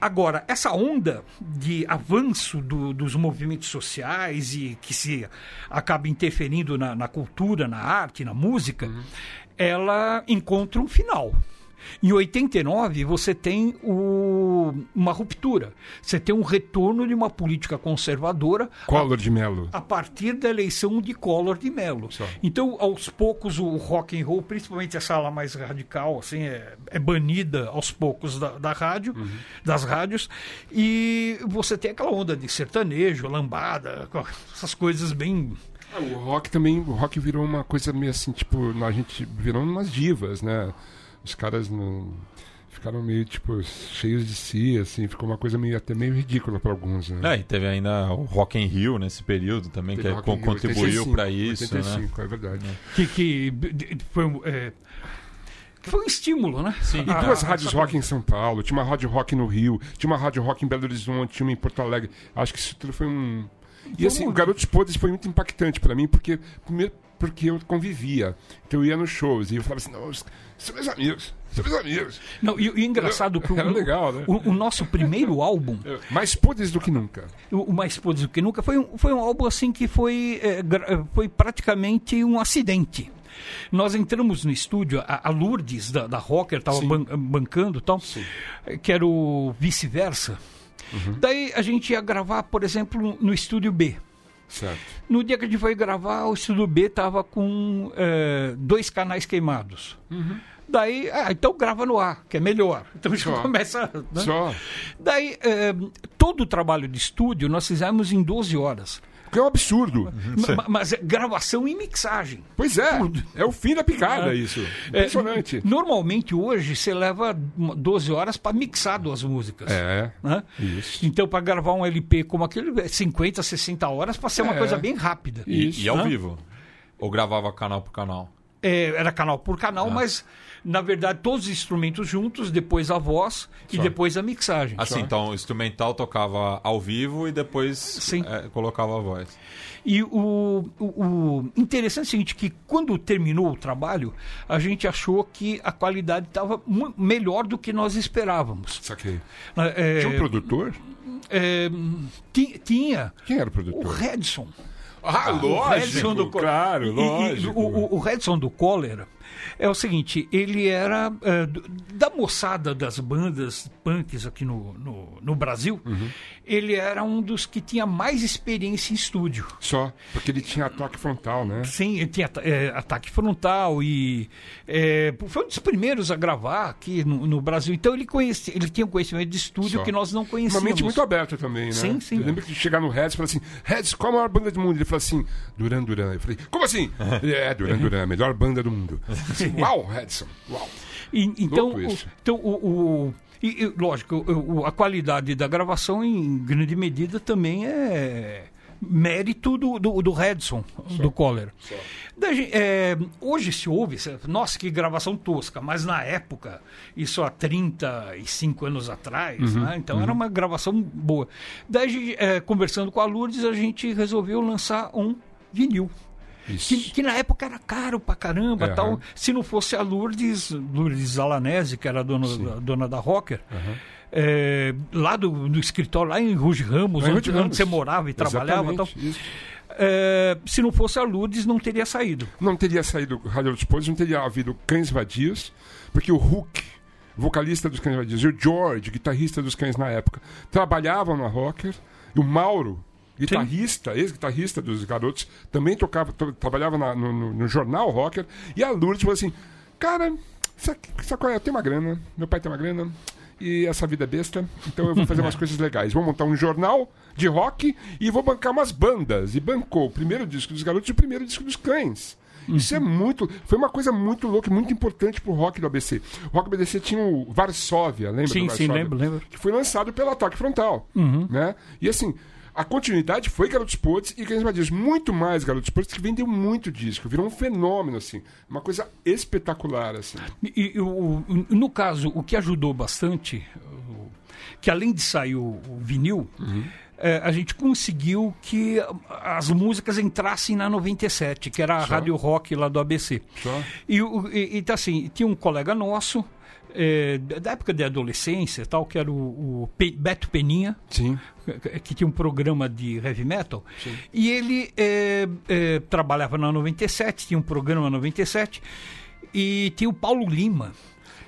[SPEAKER 5] Agora, essa onda de avanço do- dos movimentos sociais e que se acaba interferindo na, na cultura, na arte, na música, ela encontra um final. Em 89, você tem o- uma ruptura. Você tem um retorno de uma política conservadora
[SPEAKER 2] Collor de Mello.
[SPEAKER 5] a partir da eleição de Collor de Mello.
[SPEAKER 2] Só.
[SPEAKER 5] Então, aos poucos, o rock and roll, principalmente essa ala mais radical, assim, é, é banida aos poucos da, da rádio, das rádios, e você tem aquela onda de sertanejo, lambada, co- essas coisas bem...
[SPEAKER 2] Ah, O rock também. O rock virou uma coisa meio assim, tipo. A gente virou umas divas, né? Os caras não. Ficaram meio, tipo, cheios de si, assim. Ficou uma coisa meio, até meio ridícula pra alguns, né?
[SPEAKER 3] É, e teve ainda o Rock in Rio nesse período também,
[SPEAKER 2] Teve
[SPEAKER 3] que
[SPEAKER 2] Rock in
[SPEAKER 3] co-
[SPEAKER 2] Rio,
[SPEAKER 3] contribuiu
[SPEAKER 2] 85,
[SPEAKER 3] pra isso, né?
[SPEAKER 2] 85, é verdade.
[SPEAKER 5] que, que de- de- foi, um, é, que foi um estímulo, né? Sim.
[SPEAKER 2] E
[SPEAKER 3] Ah,
[SPEAKER 2] duas rádios rock em São Paulo, tinha uma rádio rock no Rio, tinha uma rádio rock em Belo Horizonte, tinha uma em Porto Alegre. Acho que isso tudo foi um. E assim, o Garotos Podres foi muito impactante pra mim, porque primeiro porque eu convivia. Então eu ia nos shows e eu falava assim, não, os- são meus amigos, são meus amigos.
[SPEAKER 5] Não, e, e engraçado que o,
[SPEAKER 2] Era legal, né?
[SPEAKER 5] o- o nosso primeiro álbum
[SPEAKER 2] Mais podres do que nunca.
[SPEAKER 5] o o mais podre do que nunca foi um, foi um álbum assim que foi, eh, gra- foi praticamente um acidente. Nós entramos no estúdio, a, a Lourdes da, da Rocker estava
[SPEAKER 2] Sim.
[SPEAKER 5] bancando e tal, eh, que era o vice-versa.
[SPEAKER 2] Uhum.
[SPEAKER 5] Daí a gente ia gravar, por exemplo, no estúdio B.
[SPEAKER 2] Certo.
[SPEAKER 5] No dia que a gente foi gravar, o estúdio B estava com eh, dois canais queimados.
[SPEAKER 2] Uhum.
[SPEAKER 5] Daí, ah, então grava no ar, que é melhor. Então já
[SPEAKER 2] Só.
[SPEAKER 5] começa. né?
[SPEAKER 2] Só.
[SPEAKER 5] Daí, eh, todo o trabalho de estúdio nós fizemos em 12 horas.
[SPEAKER 2] Porque é um absurdo.
[SPEAKER 5] Ma- ma- Mas é gravação e mixagem.
[SPEAKER 2] Pois é, é o fim da picada isso. É, Impressionante.
[SPEAKER 5] Eh, Normalmente hoje você leva uma- 12 horas para mixar duas músicas.
[SPEAKER 2] É.
[SPEAKER 5] né?
[SPEAKER 2] Isso.
[SPEAKER 5] Então, para gravar um LP como aquele, é 50, 60 horas para ser uma
[SPEAKER 2] É.
[SPEAKER 5] coisa bem rápida.
[SPEAKER 3] E, e ao
[SPEAKER 5] Hã?
[SPEAKER 3] vivo. Ou gravava canal por canal.
[SPEAKER 5] É, era canal por
[SPEAKER 2] Ah.
[SPEAKER 5] canal, mas na verdade todos os instrumentos juntos, depois a voz e depois a mixagem.
[SPEAKER 3] Assim, então o instrumental tocava ao vivo e depois
[SPEAKER 5] Sim.
[SPEAKER 3] eh, colocava a voz.
[SPEAKER 5] E o, o, o interessante é o seguinte, que quando terminou o trabalho, a gente achou que a qualidade estava mu- melhor do que nós esperávamos.
[SPEAKER 2] Saquei.
[SPEAKER 5] Né, é,
[SPEAKER 2] Tinha um produtor?
[SPEAKER 5] é, ti- tinha
[SPEAKER 2] Quem era o
[SPEAKER 5] o
[SPEAKER 2] produtor?
[SPEAKER 5] Redson.
[SPEAKER 2] um Ah,
[SPEAKER 5] Redson do Co-
[SPEAKER 2] claro,
[SPEAKER 5] E- e-
[SPEAKER 2] lógico.
[SPEAKER 5] o, o- o Redson do Cólera é o seguinte, ele era é, do- da moçada das bandas punks aqui no, no, no Brasil,
[SPEAKER 2] Uhum.
[SPEAKER 5] ele era um dos que tinha mais experiência em estúdio.
[SPEAKER 2] Só, porque ele tinha ataque frontal, né?
[SPEAKER 5] Sim, ele tinha ata- é, ataque frontal e é, foi um dos primeiros a gravar aqui no, no Brasil. Então ele conhecia, ele tinha um conhecimento de estúdio
[SPEAKER 2] Só.
[SPEAKER 5] que nós não
[SPEAKER 2] Uma
[SPEAKER 5] conhecíamos.
[SPEAKER 2] mente muito aberta também, né?
[SPEAKER 5] Sim, sim.
[SPEAKER 2] Eu lembro que chegar no Reds e falar assim: Reds, qual a maior banda do mundo? Ele falou assim: Duran Duran. Eu falei: Como assim? Ele, é, Duran Duran, a melhor banda do mundo. Eu falei, assim, Uau, Redson, uau.
[SPEAKER 5] E- então,
[SPEAKER 2] Louco
[SPEAKER 5] o,
[SPEAKER 2] isso.
[SPEAKER 5] então o, o- e- e, lógico, o- o- a qualidade da gravação em grande medida também é mérito do, do, do Redson, do Coller. Da gen- é, hoje se ouve, se- nossa, que gravação tosca, mas na época, isso há 35 anos atrás,
[SPEAKER 2] Uhum,
[SPEAKER 5] né? então era uma gravação boa. Daí, é, conversando com a Lourdes, a gente resolveu lançar um vinil. Que,
[SPEAKER 2] Isso.
[SPEAKER 5] que na época era caro pra caramba
[SPEAKER 2] Aham.
[SPEAKER 5] tal. Se não fosse a Lourdes, Lourdes Alanese, que era a dona, da, dona da Rocker, eh, lá do, do escritório, lá em Ruge Ramos,
[SPEAKER 2] Mas,
[SPEAKER 5] onde,
[SPEAKER 2] Ruth Ramos,
[SPEAKER 5] onde você morava e trabalhava e tal,
[SPEAKER 2] exatamente, isso.
[SPEAKER 5] eh, se não fosse a Lourdes, não teria saído.
[SPEAKER 2] Não teria saído Rádio Depois, não teria havido Cães Vadios, porque o Hulk, vocalista dos Cães Vadios, e o George, guitarrista dos Cães na época, trabalhavam na Rocker, e o Mauro, guitarrista, ex-guitarrista dos Garotos, também tocava, to- trabalhava na- no, no- no jornal Rocker, e a Lourdes falou assim, cara, sabe sabe qual é? eu tenho uma grana, meu pai tem uma grana, e essa vida é besta, então eu vou fazer umas coisas legais. Vou montar um jornal de rock e vou bancar umas bandas. E bancou o primeiro disco dos garotos e o primeiro disco dos cães.
[SPEAKER 5] Uhum.
[SPEAKER 2] Isso é muito. Foi uma coisa muito louca e muito importante pro rock do ABC. O rock do ABC tinha o Varsóvia, lembra?
[SPEAKER 5] Sim,
[SPEAKER 2] do
[SPEAKER 5] sim,
[SPEAKER 2] Varsóvia?
[SPEAKER 5] lembro, lembro. Uhum.
[SPEAKER 2] Que foi lançado pelo Ataque Frontal. Né? E assim. A continuidade foi Garotos Podres e Cães Vadios. Muito mais Garotos Podres, que vendeu muito disco. Virou um fenômeno, assim. Uma coisa espetacular, assim.
[SPEAKER 5] E, e o- no caso, o que ajudou bastante, o- que além de sair o, o vinil, eh, a gente conseguiu que as músicas entrassem na 97, que era a Rádio Rock lá do ABC.
[SPEAKER 2] Só.
[SPEAKER 5] E, o- e, e tá assim, tinha um colega nosso, eh, da- da época de adolescência e tal, que era o, o Pe- Beto Peninha,
[SPEAKER 2] Sim.
[SPEAKER 5] que- que tinha um programa de heavy metal, e ele eh, eh, trabalhava na 97, tinha um programa na 97, e tinha o Paulo Lima.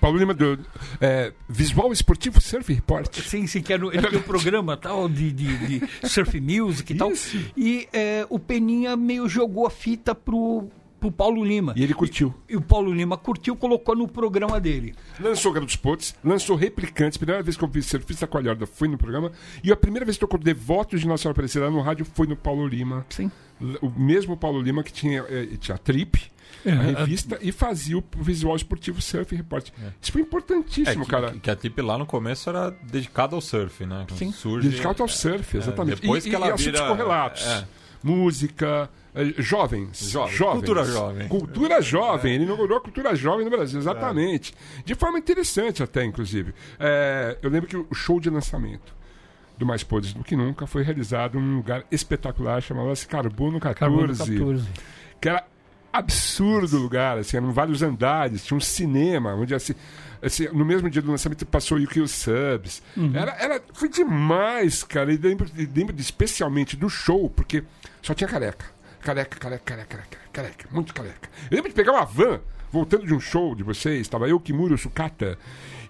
[SPEAKER 2] Paulo Lima do é, Visual Esportivo Surf Report.
[SPEAKER 5] Sim, sim, que era, ele tinha um programa tal de, de- de surf music e tal.
[SPEAKER 2] Isso.
[SPEAKER 5] E eh, o Peninha meio jogou a fita pro, pro Paulo Lima.
[SPEAKER 2] E ele curtiu.
[SPEAKER 5] E o Paulo Lima curtiu, colocou no programa dele.
[SPEAKER 2] Lançou Garotos Potes, lançou Replicantes, primeira vez que eu vi surfista com a Lhorda foi no programa. E a primeira vez que tocou Devotos de Nossa Senhora Aparecida no rádio foi no Paulo Lima.
[SPEAKER 5] Sim.
[SPEAKER 2] L- O mesmo Paulo Lima que tinha, eh, tinha a Trip,
[SPEAKER 5] É,
[SPEAKER 2] a
[SPEAKER 5] a-
[SPEAKER 2] revista, e fazia o Visual Esportivo Surf Report. Isso foi
[SPEAKER 3] É,
[SPEAKER 2] importantíssimo,
[SPEAKER 3] que,
[SPEAKER 2] cara.
[SPEAKER 3] que a Tip lá no começo era dedicada ao surf, né? Quando
[SPEAKER 5] Sim.
[SPEAKER 3] Surge...
[SPEAKER 2] Dedicado ao surf, exatamente.
[SPEAKER 3] é, depois
[SPEAKER 2] e,
[SPEAKER 3] que
[SPEAKER 2] e-
[SPEAKER 3] ela
[SPEAKER 2] e assuntos
[SPEAKER 3] vira-
[SPEAKER 2] correlatos.
[SPEAKER 3] é.
[SPEAKER 2] Música, eh, jovens,
[SPEAKER 3] Jovem.
[SPEAKER 2] jovens.
[SPEAKER 3] Cultura jovem. É.
[SPEAKER 2] Cultura jovem. Ele inaugurou a cultura jovem no Brasil, exatamente. De forma interessante até, inclusive. Eh, eu lembro que o show de lançamento do Mais Podres do que Nunca foi realizado em um lugar espetacular, chamava-se Carbono 14. Que era absurdo o lugar, assim, eram vários andares, tinha um cinema, onde assim, assim, no mesmo dia do lançamento passou o Kill Subs. Era, era, foi demais, cara. E lembro, e lembro de- especialmente do show, porque só tinha careca. Careca, careca, careca, careca, careca, muito careca. Eu lembro de pegar uma van, voltando de um show de vocês, estava eu, Kimura, o Sucata,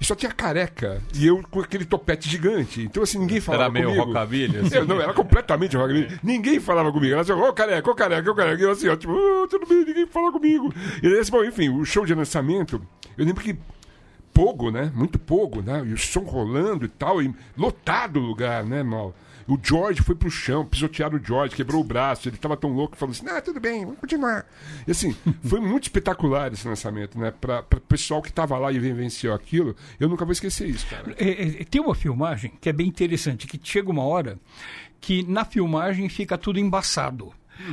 [SPEAKER 2] e só tinha careca, e eu com aquele topete gigante. Então, assim, ninguém falava
[SPEAKER 3] Era meio
[SPEAKER 2] comigo.
[SPEAKER 3] rockabilly, assim.
[SPEAKER 2] Eu não, era completamente rockabilly. Ninguém falava comigo. Ela assim, ô careca, ô careca, ô careca. E eu assim, ó, tipo, "Ah, tudo bem, ninguém fala comigo. E esse, bom, enfim, o show de lançamento, eu lembro que pouco, né? Muito pouco, né? E o som rolando e tal, e lotado o lugar, né, Mal? O George foi pro chão, pisotearam o George, quebrou o braço, ele tava tão louco que falou assim: ah, tudo bem, vamos continuar. E assim, foi muito espetacular esse lançamento, né? Pra, pra pessoal que tava lá e vivenciou aquilo, eu nunca vou esquecer isso, cara.
[SPEAKER 5] É, é, tem uma filmagem que é bem interessante, que chega uma hora que na filmagem fica tudo embaçado.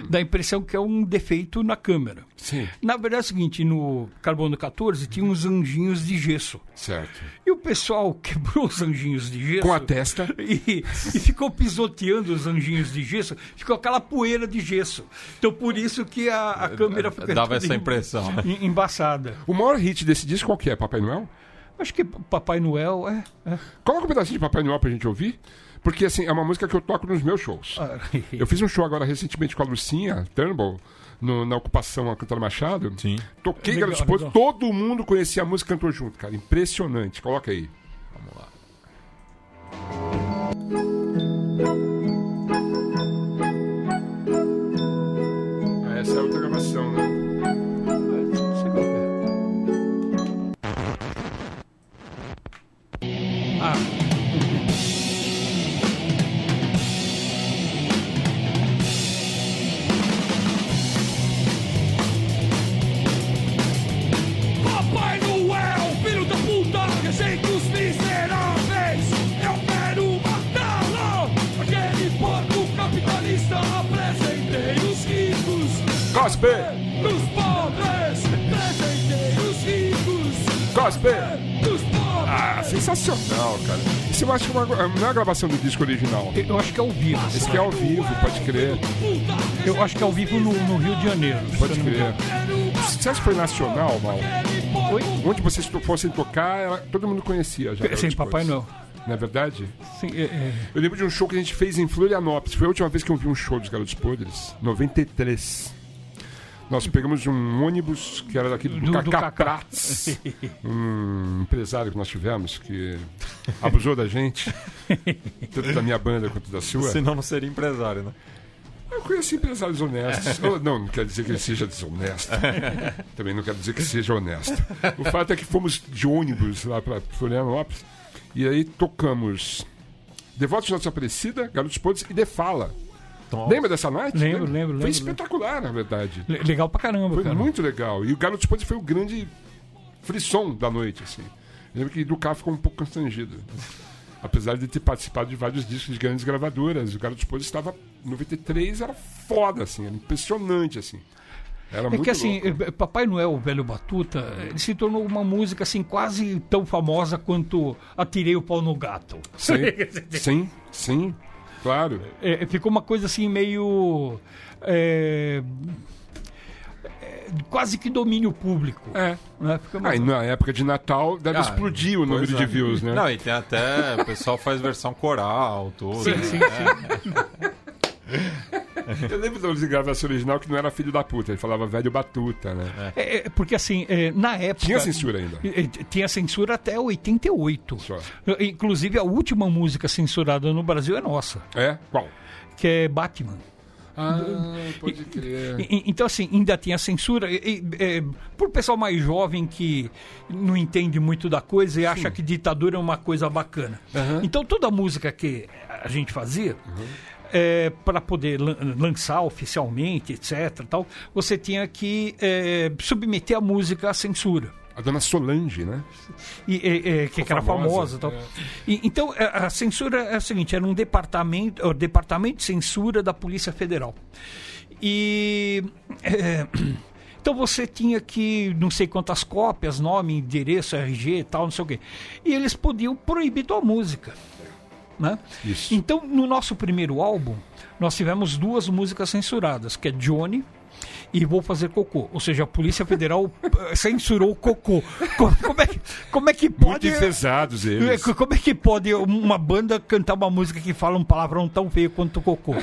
[SPEAKER 5] Dá a impressão que é um defeito na câmera.
[SPEAKER 2] Sim.
[SPEAKER 5] Na verdade é o seguinte, no Carbono 14 tinha uns anjinhos de gesso.
[SPEAKER 2] Certo.
[SPEAKER 5] E o pessoal quebrou os anjinhos de gesso.
[SPEAKER 2] Com a testa.
[SPEAKER 5] E, e ficou pisoteando os anjinhos de gesso, ficou aquela poeira de gesso. Então por isso que a, a câmera fica
[SPEAKER 3] Dava
[SPEAKER 5] toda
[SPEAKER 3] essa
[SPEAKER 5] em-
[SPEAKER 3] impressão. né?
[SPEAKER 5] em- embaçada.
[SPEAKER 2] O maior hit desse disco qual que é? Papai Noel?
[SPEAKER 5] Acho que Papai Noel é. é.
[SPEAKER 2] Coloca um pedacinho de Papai Noel pra gente ouvir, porque assim, é uma música que eu toco nos meus shows.
[SPEAKER 5] Ah, é.
[SPEAKER 2] Eu fiz um show agora recentemente com a Lucinha Turnbull, no- na ocupação a Cantora Machado.
[SPEAKER 3] Sim.
[SPEAKER 2] Toquei
[SPEAKER 5] É Legal,
[SPEAKER 2] Galo Esposo,
[SPEAKER 5] legal.
[SPEAKER 2] todo mundo conhecia a música e cantou junto, cara. Impressionante. Coloca aí. Vamos lá. Essa é outra gravação, né?
[SPEAKER 6] Papai Noel, filho da puta, rejeitos miseráveis. Eu quero matá-lo. Aquele porco capitalista apresentei os ricos,
[SPEAKER 2] Cospe!
[SPEAKER 6] dos pobres. Apresentei os ricos,
[SPEAKER 2] Cospe!
[SPEAKER 6] dos
[SPEAKER 2] Ah,
[SPEAKER 6] pobres.
[SPEAKER 2] sensacional, cara. Isso eu acho que é uma, não é a gravação do disco original.
[SPEAKER 5] Eu acho que é ao vivo.
[SPEAKER 2] Esse que é ao vivo, pode crer,
[SPEAKER 5] Eu acho que é ao vivo no, no Rio de Janeiro.
[SPEAKER 2] pode crer. O sucesso foi nacional, Mal.
[SPEAKER 5] Oi?
[SPEAKER 2] Onde vocês to- fossem tocar, ela- todo mundo conhecia já.
[SPEAKER 5] Sim, Papai Noel.
[SPEAKER 2] Não é verdade?
[SPEAKER 5] Sim, é, é.
[SPEAKER 2] Eu lembro de um show que a gente fez em Florianópolis. Foi a última vez que eu vi um show dos Garotos Podres. 93. Nós pegamos um ônibus que era daquele do,
[SPEAKER 5] Do- do
[SPEAKER 2] Cacá
[SPEAKER 5] Cacá.
[SPEAKER 2] Prats, um empresário que nós tivemos que abusou da gente, tanto da minha banda quanto da sua.
[SPEAKER 3] Senão não seria empresário, né?
[SPEAKER 2] Eu conheci empresários honestos. Ou, não, não quer dizer que ele seja desonesto. Também não quer dizer que seja honesto. O fato é que fomos de ônibus lá para Florianópolis e aí tocamos Devotos de Nossa Aparecida, Garotos Podres e De Fala. Lembra dessa noite?
[SPEAKER 5] Lembro, lembro,
[SPEAKER 2] Foi
[SPEAKER 5] lembro,
[SPEAKER 2] espetacular, na verdade.
[SPEAKER 5] Le- Legal pra caramba,
[SPEAKER 2] Foi
[SPEAKER 5] cara.
[SPEAKER 2] muito legal. E o Garotos Podres foi o grande frisson da noite, assim. Eu lembro que do carro ficou um pouco constrangido. Apesar de ter participado de vários discos de grandes gravadoras, o Garotos Podres estava... 93 era foda, assim. Era impressionante, assim. Era
[SPEAKER 5] É
[SPEAKER 2] muito
[SPEAKER 5] que assim,
[SPEAKER 2] louco.
[SPEAKER 5] eh, Papai Noel, o Velho Batuta, ele se tornou uma música assim quase tão famosa quanto Atirei o Pau no Gato.
[SPEAKER 2] Sim, sim, sim. Claro.
[SPEAKER 5] É, ficou uma coisa assim meio. é, é, quase que domínio público.
[SPEAKER 2] É.
[SPEAKER 5] né? Fica uma-
[SPEAKER 2] Ah, e na época de Natal deve
[SPEAKER 3] Ah,
[SPEAKER 2] explodir o número
[SPEAKER 3] pois
[SPEAKER 2] de
[SPEAKER 3] é.
[SPEAKER 2] views, né?
[SPEAKER 3] Não, e tem até. O pessoal faz versão coral, tudo. né?
[SPEAKER 5] assim,
[SPEAKER 2] Eu lembro da gravação original que não era filho da puta, ele falava velho batuta, né?
[SPEAKER 5] É, é, porque assim, é, na época.
[SPEAKER 2] Tinha censura ainda.
[SPEAKER 5] É, é, Tinha censura até 88.
[SPEAKER 2] Só.
[SPEAKER 5] Inclusive, a última música censurada no Brasil é nossa,
[SPEAKER 2] É? Qual?
[SPEAKER 5] que é Batman.
[SPEAKER 2] Ah, pode crer.
[SPEAKER 5] E- e- Então, assim, ainda tem a censura. E, e, é, Pro pessoal mais jovem que não entende muito da coisa e acha que ditadura é uma coisa bacana. Então, toda a música que a gente fazia. para poder lan- lançar oficialmente, etc. Tal, você tinha que é, submeter a música à censura
[SPEAKER 2] A dona Solange, né?
[SPEAKER 5] e, e- e- que, que era
[SPEAKER 2] famosa,
[SPEAKER 5] famosa. e tal. E, então, é, a censura é o seguinte: era um departamento, o departamento de censura da Polícia Federal. E. é, então você tinha que, não sei quantas cópias, nome, endereço, RG e tal, não sei o quê. E eles podiam proibir tua música. Né?
[SPEAKER 2] Isso.
[SPEAKER 5] Então, no nosso primeiro álbum, nós tivemos duas músicas censuradas, que é Johnny e Vou Fazer Cocô. Ou seja, a Polícia Federal eh, censurou o cocô. Co- Como é, que- como é que
[SPEAKER 2] Muito
[SPEAKER 5] pode...
[SPEAKER 2] enfesados
[SPEAKER 5] eh,
[SPEAKER 2] eles.
[SPEAKER 5] co- Como é que pode uma banda cantar uma música que fala um palavrão tão feio quanto cocô?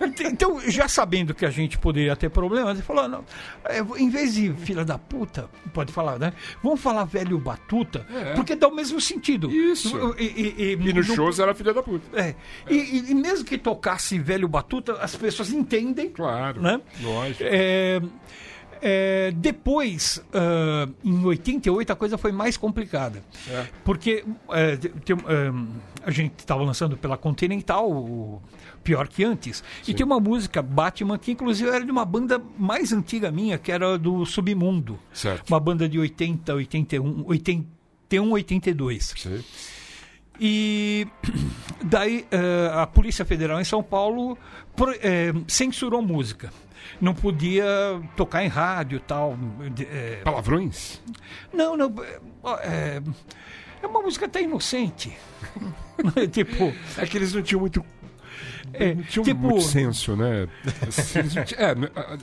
[SPEAKER 5] Ent- Então, já sabendo que a gente poderia ter problemas, ele falou: não, eh, em vez de filha da puta, pode falar, né? Vamos falar velho batuta, porque dá o mesmo sentido.
[SPEAKER 2] É. Isso.
[SPEAKER 5] E, e-
[SPEAKER 2] E
[SPEAKER 5] não-
[SPEAKER 2] nos shows era filha da puta.
[SPEAKER 5] é. E, e- e mesmo que tocasse velho batuta, as pessoas entendem.
[SPEAKER 2] Claro.
[SPEAKER 5] Né?
[SPEAKER 2] Lógico.
[SPEAKER 5] É, É, depois, ah, em 88, a coisa foi mais complicada. Porque é, te- tem- é, a gente estava lançando pela Continental, o pior que antes. E tem uma música, Batman, que inclusive era de uma banda mais antiga minha, que era do Submundo.
[SPEAKER 2] Certo.
[SPEAKER 5] Uma banda de 80, 81, 81, 82.
[SPEAKER 2] Sei.
[SPEAKER 5] E daí eh, a Polícia Federal em São Paulo pro- eh, censurou música. Não podia tocar em rádio e tal. de- eh,
[SPEAKER 2] Palavrões?
[SPEAKER 5] não, não. eh, ó, eh, É, uma música até inocente. tipo,
[SPEAKER 2] É que eles não tinham muito.
[SPEAKER 5] É,
[SPEAKER 2] não tinham
[SPEAKER 5] tipo-
[SPEAKER 2] um muito senso, né? Assim, eles não tinham- é, né, a-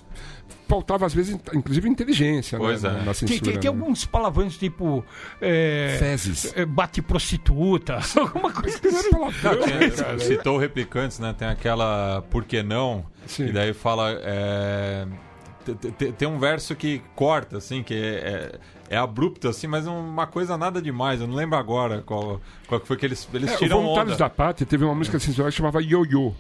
[SPEAKER 2] faltava às vezes, inclusive, inteligência
[SPEAKER 3] Pois
[SPEAKER 2] né,
[SPEAKER 3] é.
[SPEAKER 2] na, na
[SPEAKER 5] tem,
[SPEAKER 2] censura.
[SPEAKER 5] tem, tem
[SPEAKER 2] né?
[SPEAKER 5] alguns palavrões tipo. eh,
[SPEAKER 2] Fezes.
[SPEAKER 5] eh, Bate prostituta, alguma coisa assim.
[SPEAKER 2] Não era palavrão,
[SPEAKER 3] Ah, Tinha-
[SPEAKER 2] cara.
[SPEAKER 3] Citou o Replicantes, né? Tem aquela Por que não?
[SPEAKER 2] Sim.
[SPEAKER 3] E daí fala. é, te- te- te- Tem um verso que corta, assim, que é, é abrupto, assim, mas é uma coisa nada demais. Eu não lembro agora qual, qual que foi que eles, eles
[SPEAKER 2] É, o
[SPEAKER 3] tiram
[SPEAKER 2] Voluntários
[SPEAKER 3] onda.
[SPEAKER 2] da
[SPEAKER 3] É.
[SPEAKER 2] Pátria teve uma música censurada que chamava Ioiô.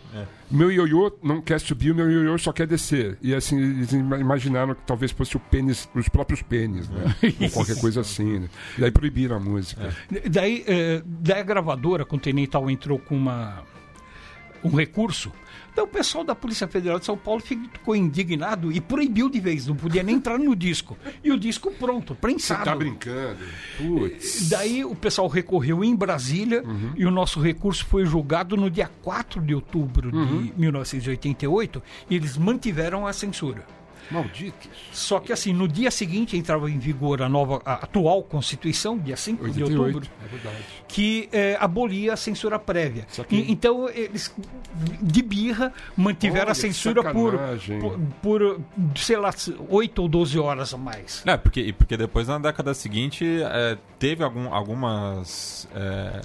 [SPEAKER 2] Meu ioiô não quer subir, meu ioiô só quer descer. E assim, eles ima- imaginaram que talvez fosse o pênis, os próprios pênis, né? Ou qualquer coisa assim, né? E daí proibiram a música.
[SPEAKER 3] É.
[SPEAKER 5] Daí, eh, daí a gravadora Continental entrou com uma, um recurso. Então o pessoal da Polícia Federal de São Paulo ficou indignado e proibiu de vez, não podia nem entrar no disco. E o disco pronto,
[SPEAKER 2] Você
[SPEAKER 5] prensado.
[SPEAKER 2] tá brincando? Putz.
[SPEAKER 5] Daí o pessoal recorreu em Brasília
[SPEAKER 2] Uhum.
[SPEAKER 5] e o nosso recurso foi julgado no dia 4 de outubro
[SPEAKER 2] Uhum.
[SPEAKER 5] de 1988 e eles mantiveram a censura.
[SPEAKER 2] Malditos.
[SPEAKER 5] Só que assim, no dia seguinte entrava em vigor a nova a atual Constituição, dia 5 de
[SPEAKER 2] 88.
[SPEAKER 5] outubro
[SPEAKER 2] É verdade.
[SPEAKER 5] que eh, abolia a censura prévia.
[SPEAKER 2] Só que-
[SPEAKER 5] E- então, eles, de birra, mantiveram
[SPEAKER 2] Olha,
[SPEAKER 5] a censura
[SPEAKER 2] que
[SPEAKER 5] por,
[SPEAKER 2] sacanagem.
[SPEAKER 5] por, por, sei lá, 8 ou 12 horas a mais.
[SPEAKER 3] É, porque, e porque depois, na década seguinte, é, teve algum- algumas é,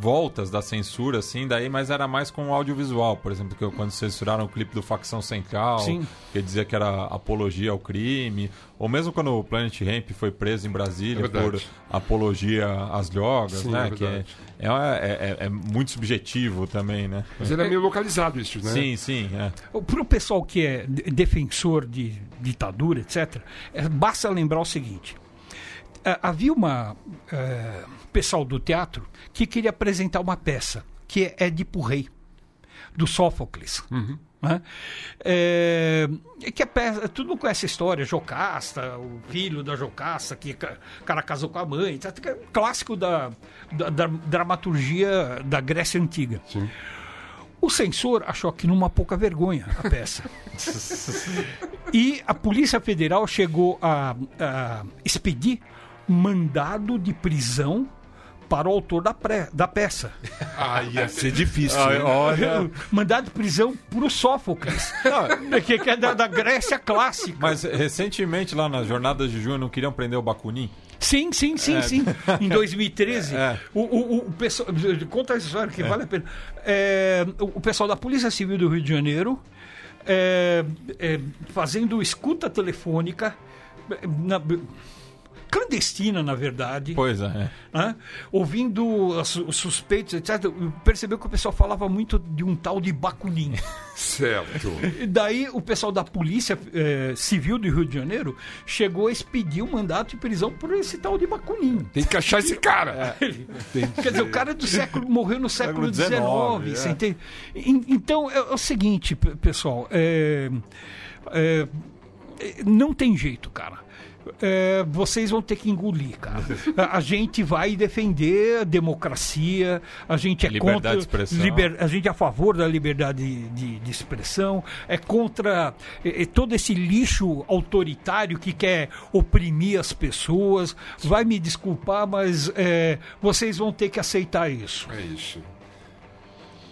[SPEAKER 3] voltas da censura, assim, daí, mas era mais com o audiovisual, por exemplo, que quando censuraram o clipe do Facção Central,
[SPEAKER 5] Sim.
[SPEAKER 3] que dizia que era apologia ao crime, ou mesmo quando o Planet Hemp foi preso em Brasília
[SPEAKER 2] É verdade.
[SPEAKER 3] por apologia às drogas,
[SPEAKER 2] Sim,
[SPEAKER 3] né?
[SPEAKER 2] é
[SPEAKER 3] que é,
[SPEAKER 2] verdade.
[SPEAKER 3] é- é- é muito subjetivo também, né?
[SPEAKER 2] Mas era meio localizado isso, né?
[SPEAKER 3] Sim, sim, é.
[SPEAKER 5] Para o pessoal que é de- defensor de ditadura, etc., eh, basta lembrar o seguinte. Ah, havia uma eh, pessoal do teatro que queria apresentar uma peça, que é Édipo Rei, do Sófocles. né? Eh, é que a peça, todo mundo conhece a história, Jocasta, o filho da Jocasta, que ca- o cara casou com a mãe, etc. que é um clássico da, da- da dramaturgia da Grécia Antiga. O censor achou que numa pouca vergonha a peça. e a Polícia Federal chegou a, a expedir mandado de prisão para o autor da, pré- da peça.
[SPEAKER 2] Ah, ia ser difícil. né?
[SPEAKER 5] mandado de prisão para o Sófocles, que que é da, da Grécia clássica.
[SPEAKER 3] Mas eh, recentemente lá nas jornadas de junho não queriam prender o Bakunin?
[SPEAKER 5] Sim, sim, sim, sim. Em 2013,
[SPEAKER 3] É.
[SPEAKER 5] o, o, o pessoal. Conta essa história que vale a pena. É, o o pessoal da Polícia Civil do Rio de Janeiro é, é, fazendo escuta telefônica. é, na- clandestina, na verdade,
[SPEAKER 3] Pois é.
[SPEAKER 5] né? ouvindo as- os suspeitos, etc., percebeu que o pessoal falava muito de um tal de Bacunin.
[SPEAKER 2] Certo.
[SPEAKER 5] E daí o pessoal da Polícia eh, Civil do Rio de Janeiro chegou a expedir um mandato de prisão por esse tal de Bacuninho.
[SPEAKER 2] Tem que achar esse cara.
[SPEAKER 5] É. Quer dizer, o cara do século morreu no século XIX.
[SPEAKER 3] Século XIX,
[SPEAKER 5] você
[SPEAKER 3] é.
[SPEAKER 5] entende? En- Então é, é o seguinte, pe- pessoal. é, é, é, não tem jeito, cara. É, vocês vão ter que engolir, cara. A- A gente vai defender a democracia, a gente é
[SPEAKER 3] Liberdade
[SPEAKER 5] contra
[SPEAKER 3] de expressão.
[SPEAKER 5] liber- a gente é a favor da liberdade de, de- de expressão, é contra é, é todo esse lixo autoritário que quer oprimir as pessoas. Vai me desculpar, mas é, vocês vão ter que aceitar isso.
[SPEAKER 2] É isso.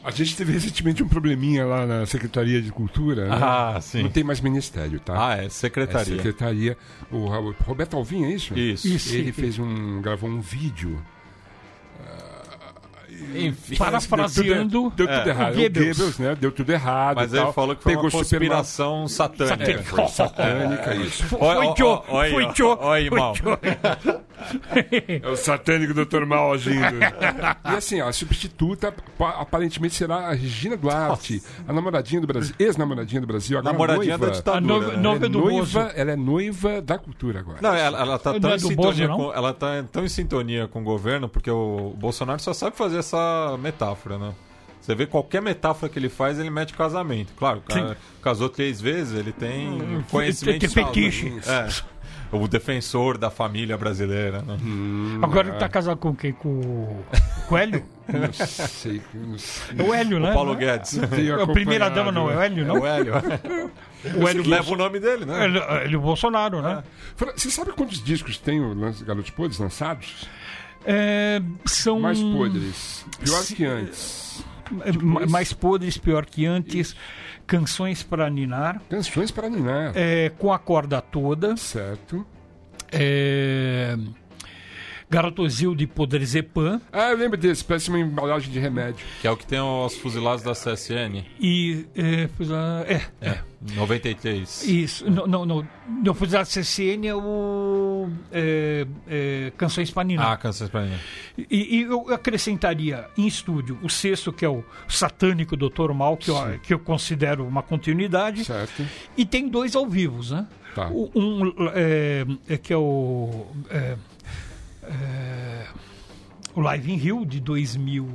[SPEAKER 2] A gente teve recentemente um probleminha lá na Secretaria de Cultura. né?
[SPEAKER 3] Ah, sim.
[SPEAKER 2] Não tem mais ministério, tá?
[SPEAKER 3] Ah, é
[SPEAKER 2] É
[SPEAKER 3] secretaria.
[SPEAKER 2] secretaria. O Ra- Roberto Alvim, é isso?
[SPEAKER 3] Isso.
[SPEAKER 2] Ele fez um. gravou um vídeo.
[SPEAKER 3] Enfim.
[SPEAKER 5] Parafraseando.
[SPEAKER 2] er, Deu tudo
[SPEAKER 3] É.
[SPEAKER 2] errado.
[SPEAKER 5] O Goebbels.
[SPEAKER 2] O Goebbels, né? Deu tudo errado.
[SPEAKER 3] Mas
[SPEAKER 2] e tal.
[SPEAKER 3] ele falou que foi
[SPEAKER 2] Pegou É,
[SPEAKER 3] uma conspiração satânica.
[SPEAKER 5] Satânica.
[SPEAKER 2] Superman, satânica, isso.
[SPEAKER 5] Foi
[SPEAKER 3] Oi,
[SPEAKER 5] Joe,
[SPEAKER 3] oi, oi,
[SPEAKER 5] foi
[SPEAKER 3] oi,
[SPEAKER 5] Joe,
[SPEAKER 3] oi,
[SPEAKER 5] foi
[SPEAKER 3] irmão.
[SPEAKER 5] Joe.
[SPEAKER 2] É o satânico Dr. Mal agindo. e assim, ó, a substituta pa- aparentemente será a Regina Duarte, a namoradinha do Brasil, ex-namoradinha do Brasil, agora
[SPEAKER 3] Namoradinha
[SPEAKER 2] noiva.
[SPEAKER 3] da ditadura.
[SPEAKER 5] A noiva-
[SPEAKER 3] né?
[SPEAKER 5] noiva-
[SPEAKER 2] Ela é,
[SPEAKER 5] do Bozo.
[SPEAKER 2] noiva ela é noiva da cultura agora.
[SPEAKER 3] Não, ela, ela tá
[SPEAKER 5] Não
[SPEAKER 3] tão
[SPEAKER 5] é
[SPEAKER 3] em
[SPEAKER 5] do
[SPEAKER 3] sintonia
[SPEAKER 5] Bozo, não?
[SPEAKER 3] com, ela tá tão em sintonia com o governo, porque o Bolsonaro só sabe fazer essa metáfora, né? Você vê qualquer metáfora que ele faz, ele mete casamento. Claro, o cara casou três vezes, ele tem conhecimento.
[SPEAKER 5] Hum, tem- tem
[SPEAKER 3] só-
[SPEAKER 5] fetiche.
[SPEAKER 3] É. O defensor da família brasileira, né?
[SPEAKER 5] Agora ele tá casado com quem? Com, o- com o Hélio?
[SPEAKER 2] Não sei. Não sei.
[SPEAKER 5] É o Hélio, né?
[SPEAKER 3] O Paulo
[SPEAKER 5] Não é?
[SPEAKER 3] Guedes.
[SPEAKER 2] Tenho
[SPEAKER 5] É a primeira dama não, é o
[SPEAKER 2] acompanhado.
[SPEAKER 5] Hélio,
[SPEAKER 3] É
[SPEAKER 5] não?
[SPEAKER 3] o Hélio.
[SPEAKER 5] O Hélio
[SPEAKER 3] Leva o nome dele, né?
[SPEAKER 5] Ele, ele o Bolsonaro, né?
[SPEAKER 2] Fala, Você sabe quantos discos tem o Lance Garoto Podres lançados?
[SPEAKER 5] É, são
[SPEAKER 2] Mais podres. Pior
[SPEAKER 5] se-
[SPEAKER 2] que antes.
[SPEAKER 5] é, ma- mais podres, pior que antes. Canções para ninar,
[SPEAKER 2] Canções para ninar.
[SPEAKER 5] é, com a corda toda.
[SPEAKER 2] Certo.
[SPEAKER 5] É, Garotozil de Podrezepan
[SPEAKER 2] Ah, eu lembro desse. Parece uma embalagem de remédio.
[SPEAKER 3] Que é o que tem os fuzilados da CSN.
[SPEAKER 5] e. É, pois é, é,
[SPEAKER 3] 93.
[SPEAKER 5] isso. Não, não, não. Não fui usar CCN, é o. é, é, Canções para ninar.
[SPEAKER 3] Ah, canções pra mim.
[SPEAKER 5] E, e eu acrescentaria em estúdio o sexto, que é o satânico Dr. Mal, que eu, que eu considero uma continuidade.
[SPEAKER 2] Certo.
[SPEAKER 5] E tem dois ao vivo, né?
[SPEAKER 2] Tá.
[SPEAKER 5] O- Um é, é que é o. é, é, o Live in Rio de 2000.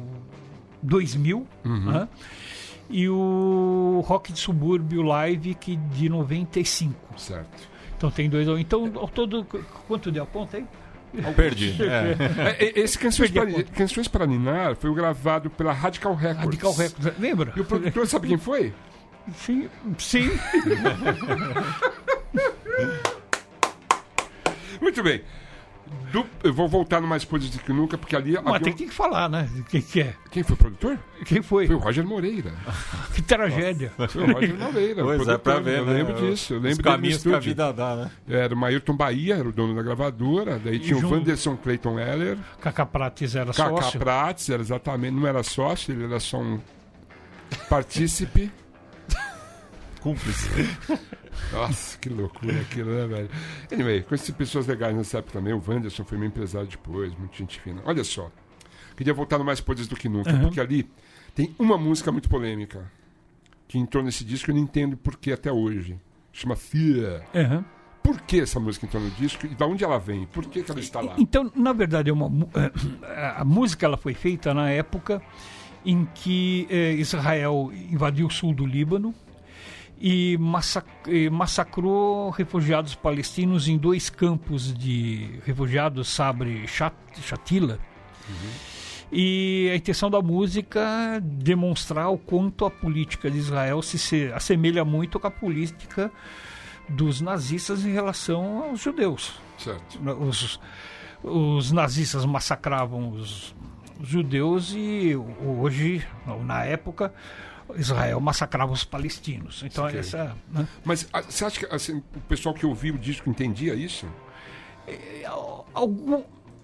[SPEAKER 5] 2000
[SPEAKER 2] Uhum.
[SPEAKER 5] né? E o Rock de Subúrbio Live que de 95.
[SPEAKER 2] Certo.
[SPEAKER 5] Então tem dois. ao- Então, ao todo. qu- Quanto deu a conta aí?
[SPEAKER 3] Perdi. É.
[SPEAKER 2] É, é, Esse Canções
[SPEAKER 5] Perdi a
[SPEAKER 2] para, Canções para Ninar foi gravado pela Radical Records.
[SPEAKER 5] Radical Records. Lembra?
[SPEAKER 2] E o produtor sabe quem foi?
[SPEAKER 5] Sim, sim.
[SPEAKER 2] Muito bem. Du- Eu vou voltar no Mais Podres do que Nunca, porque ali...
[SPEAKER 5] Mas
[SPEAKER 2] havia
[SPEAKER 5] tem
[SPEAKER 2] um-
[SPEAKER 5] tem que falar, né? Quem que é?
[SPEAKER 2] Quem foi o produtor?
[SPEAKER 5] Quem foi?
[SPEAKER 2] Foi o Roger Moreira.
[SPEAKER 5] Que tragédia.
[SPEAKER 2] Foi o Roger Moreira. o
[SPEAKER 3] Pois é,
[SPEAKER 2] produtor.
[SPEAKER 3] pra ver,
[SPEAKER 2] Eu
[SPEAKER 3] né?
[SPEAKER 2] lembro disso. Eu lembro
[SPEAKER 3] Os
[SPEAKER 2] dele no
[SPEAKER 3] caminhos que a
[SPEAKER 2] estúdio.
[SPEAKER 3] vida dá, né?
[SPEAKER 2] Era o Maírton Bahia, era o dono da gravadora. Daí tinha o
[SPEAKER 5] junto-
[SPEAKER 2] Wanderson Clayton Heller.
[SPEAKER 5] Cacá Prates era
[SPEAKER 2] Kaká
[SPEAKER 5] sócio.
[SPEAKER 2] Prates, era exatamente, não era sócio, ele era só um partícipe.
[SPEAKER 3] Cúmplice.
[SPEAKER 2] Nossa, que loucura aquilo, né, velho? Anyway, conheci pessoas legais nessa época também. O Wanderson foi meu empresário depois, muita gente fina. Olha só, queria voltar no Mais Podres do que Nunca, porque ali tem uma música muito polêmica que entrou nesse disco e eu não entendo por que até hoje. Chama Fear.
[SPEAKER 5] Aham.
[SPEAKER 2] Por que essa música entrou no disco e da onde ela vem? Por que, que ela está lá?
[SPEAKER 5] Então, na verdade, é uma, mu- a música ela foi feita na época em que eh, Israel invadiu o sul do Líbano e massac- eh, massacrou refugiados palestinos em dois campos de refugiados, Sabre e Chat- Chatila. E a intenção da música é demonstrar o quanto a política de Israel se, se assemelha muito com a política dos nazistas em relação aos judeus
[SPEAKER 2] Certo.
[SPEAKER 5] os, os nazistas massacravam os judeus e hoje, ou na época, Israel massacrava os palestinos. Então
[SPEAKER 2] Ok.
[SPEAKER 5] essa, né?
[SPEAKER 2] Mas ah, você acha que assim, o pessoal que ouviu o disco entendia isso?
[SPEAKER 5] algum,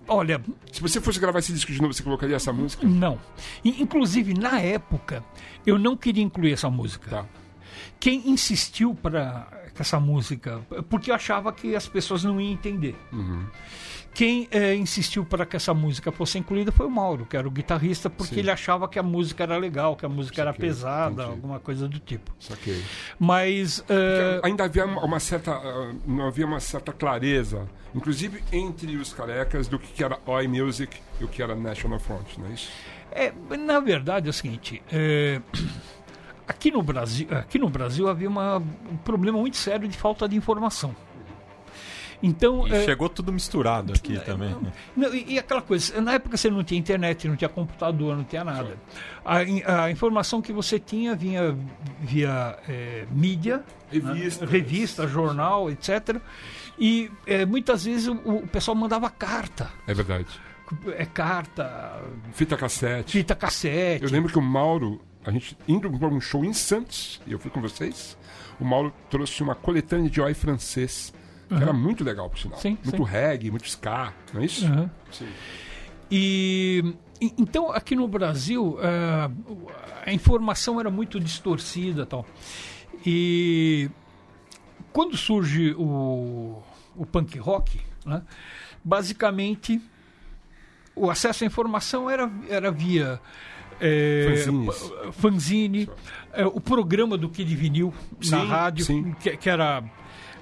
[SPEAKER 5] olha,
[SPEAKER 2] Se você fosse gravar esse disco de novo, você colocaria essa música?
[SPEAKER 5] não. E, inclusive na época eu não queria incluir essa música.
[SPEAKER 2] Tá.
[SPEAKER 5] Quem insistiu para essa música, porque eu achava que as pessoas não iam entender.
[SPEAKER 2] Uhum.
[SPEAKER 5] Quem eh, insistiu para que essa música fosse incluída foi o Mauro, que era o guitarrista, porque
[SPEAKER 2] Sim.
[SPEAKER 5] ele achava que a música era legal, que a música era
[SPEAKER 2] Saquei,
[SPEAKER 5] pesada,
[SPEAKER 2] entendi.
[SPEAKER 5] alguma coisa do tipo.
[SPEAKER 2] Saquei.
[SPEAKER 5] Mas eh,
[SPEAKER 2] É, Ainda havia uma, uma certa. ah, Não havia uma certa clareza, inclusive entre os carecas, do que que era Oi Music e o que era National Front, não é isso?
[SPEAKER 5] é, na verdade é o seguinte. eh, Aqui no, Brasil, aqui no Brasil havia uma- um problema muito sério de falta de informação. Então,
[SPEAKER 3] E
[SPEAKER 5] eh,
[SPEAKER 3] chegou tudo misturado aqui também.
[SPEAKER 5] É, Não, e, e aquela coisa, na época você não tinha internet, não tinha computador, não tinha nada. A, in- a informação que você tinha vinha via eh, mídia, né?
[SPEAKER 2] Revista.
[SPEAKER 5] Ah, revista, jornal, etc. E eh, muitas vezes o, o pessoal mandava carta.
[SPEAKER 2] É verdade.
[SPEAKER 5] É carta,
[SPEAKER 2] Fita cassete.
[SPEAKER 5] fita cassete.
[SPEAKER 2] Eu lembro que o Mauro, a gente indo para um show em Santos, e eu fui com vocês, o Mauro trouxe uma coletânea de Oi francês. Que era muito legal, por sinal.
[SPEAKER 5] Sim,
[SPEAKER 2] muito
[SPEAKER 5] sim.
[SPEAKER 2] reggae, muito ska, não é isso?
[SPEAKER 5] Aham.
[SPEAKER 2] Sim.
[SPEAKER 5] E e- então aqui no Brasil ah, o- a informação era muito distorcida, tal. E quando surge o, o punk rock, né, basicamente o acesso à informação era, era via eh,
[SPEAKER 2] Fanzines.
[SPEAKER 5] pa- fanzine, eh, o programa do Kid Vinil na
[SPEAKER 2] Sim,
[SPEAKER 5] rádio,
[SPEAKER 2] sim.
[SPEAKER 5] Que, que era.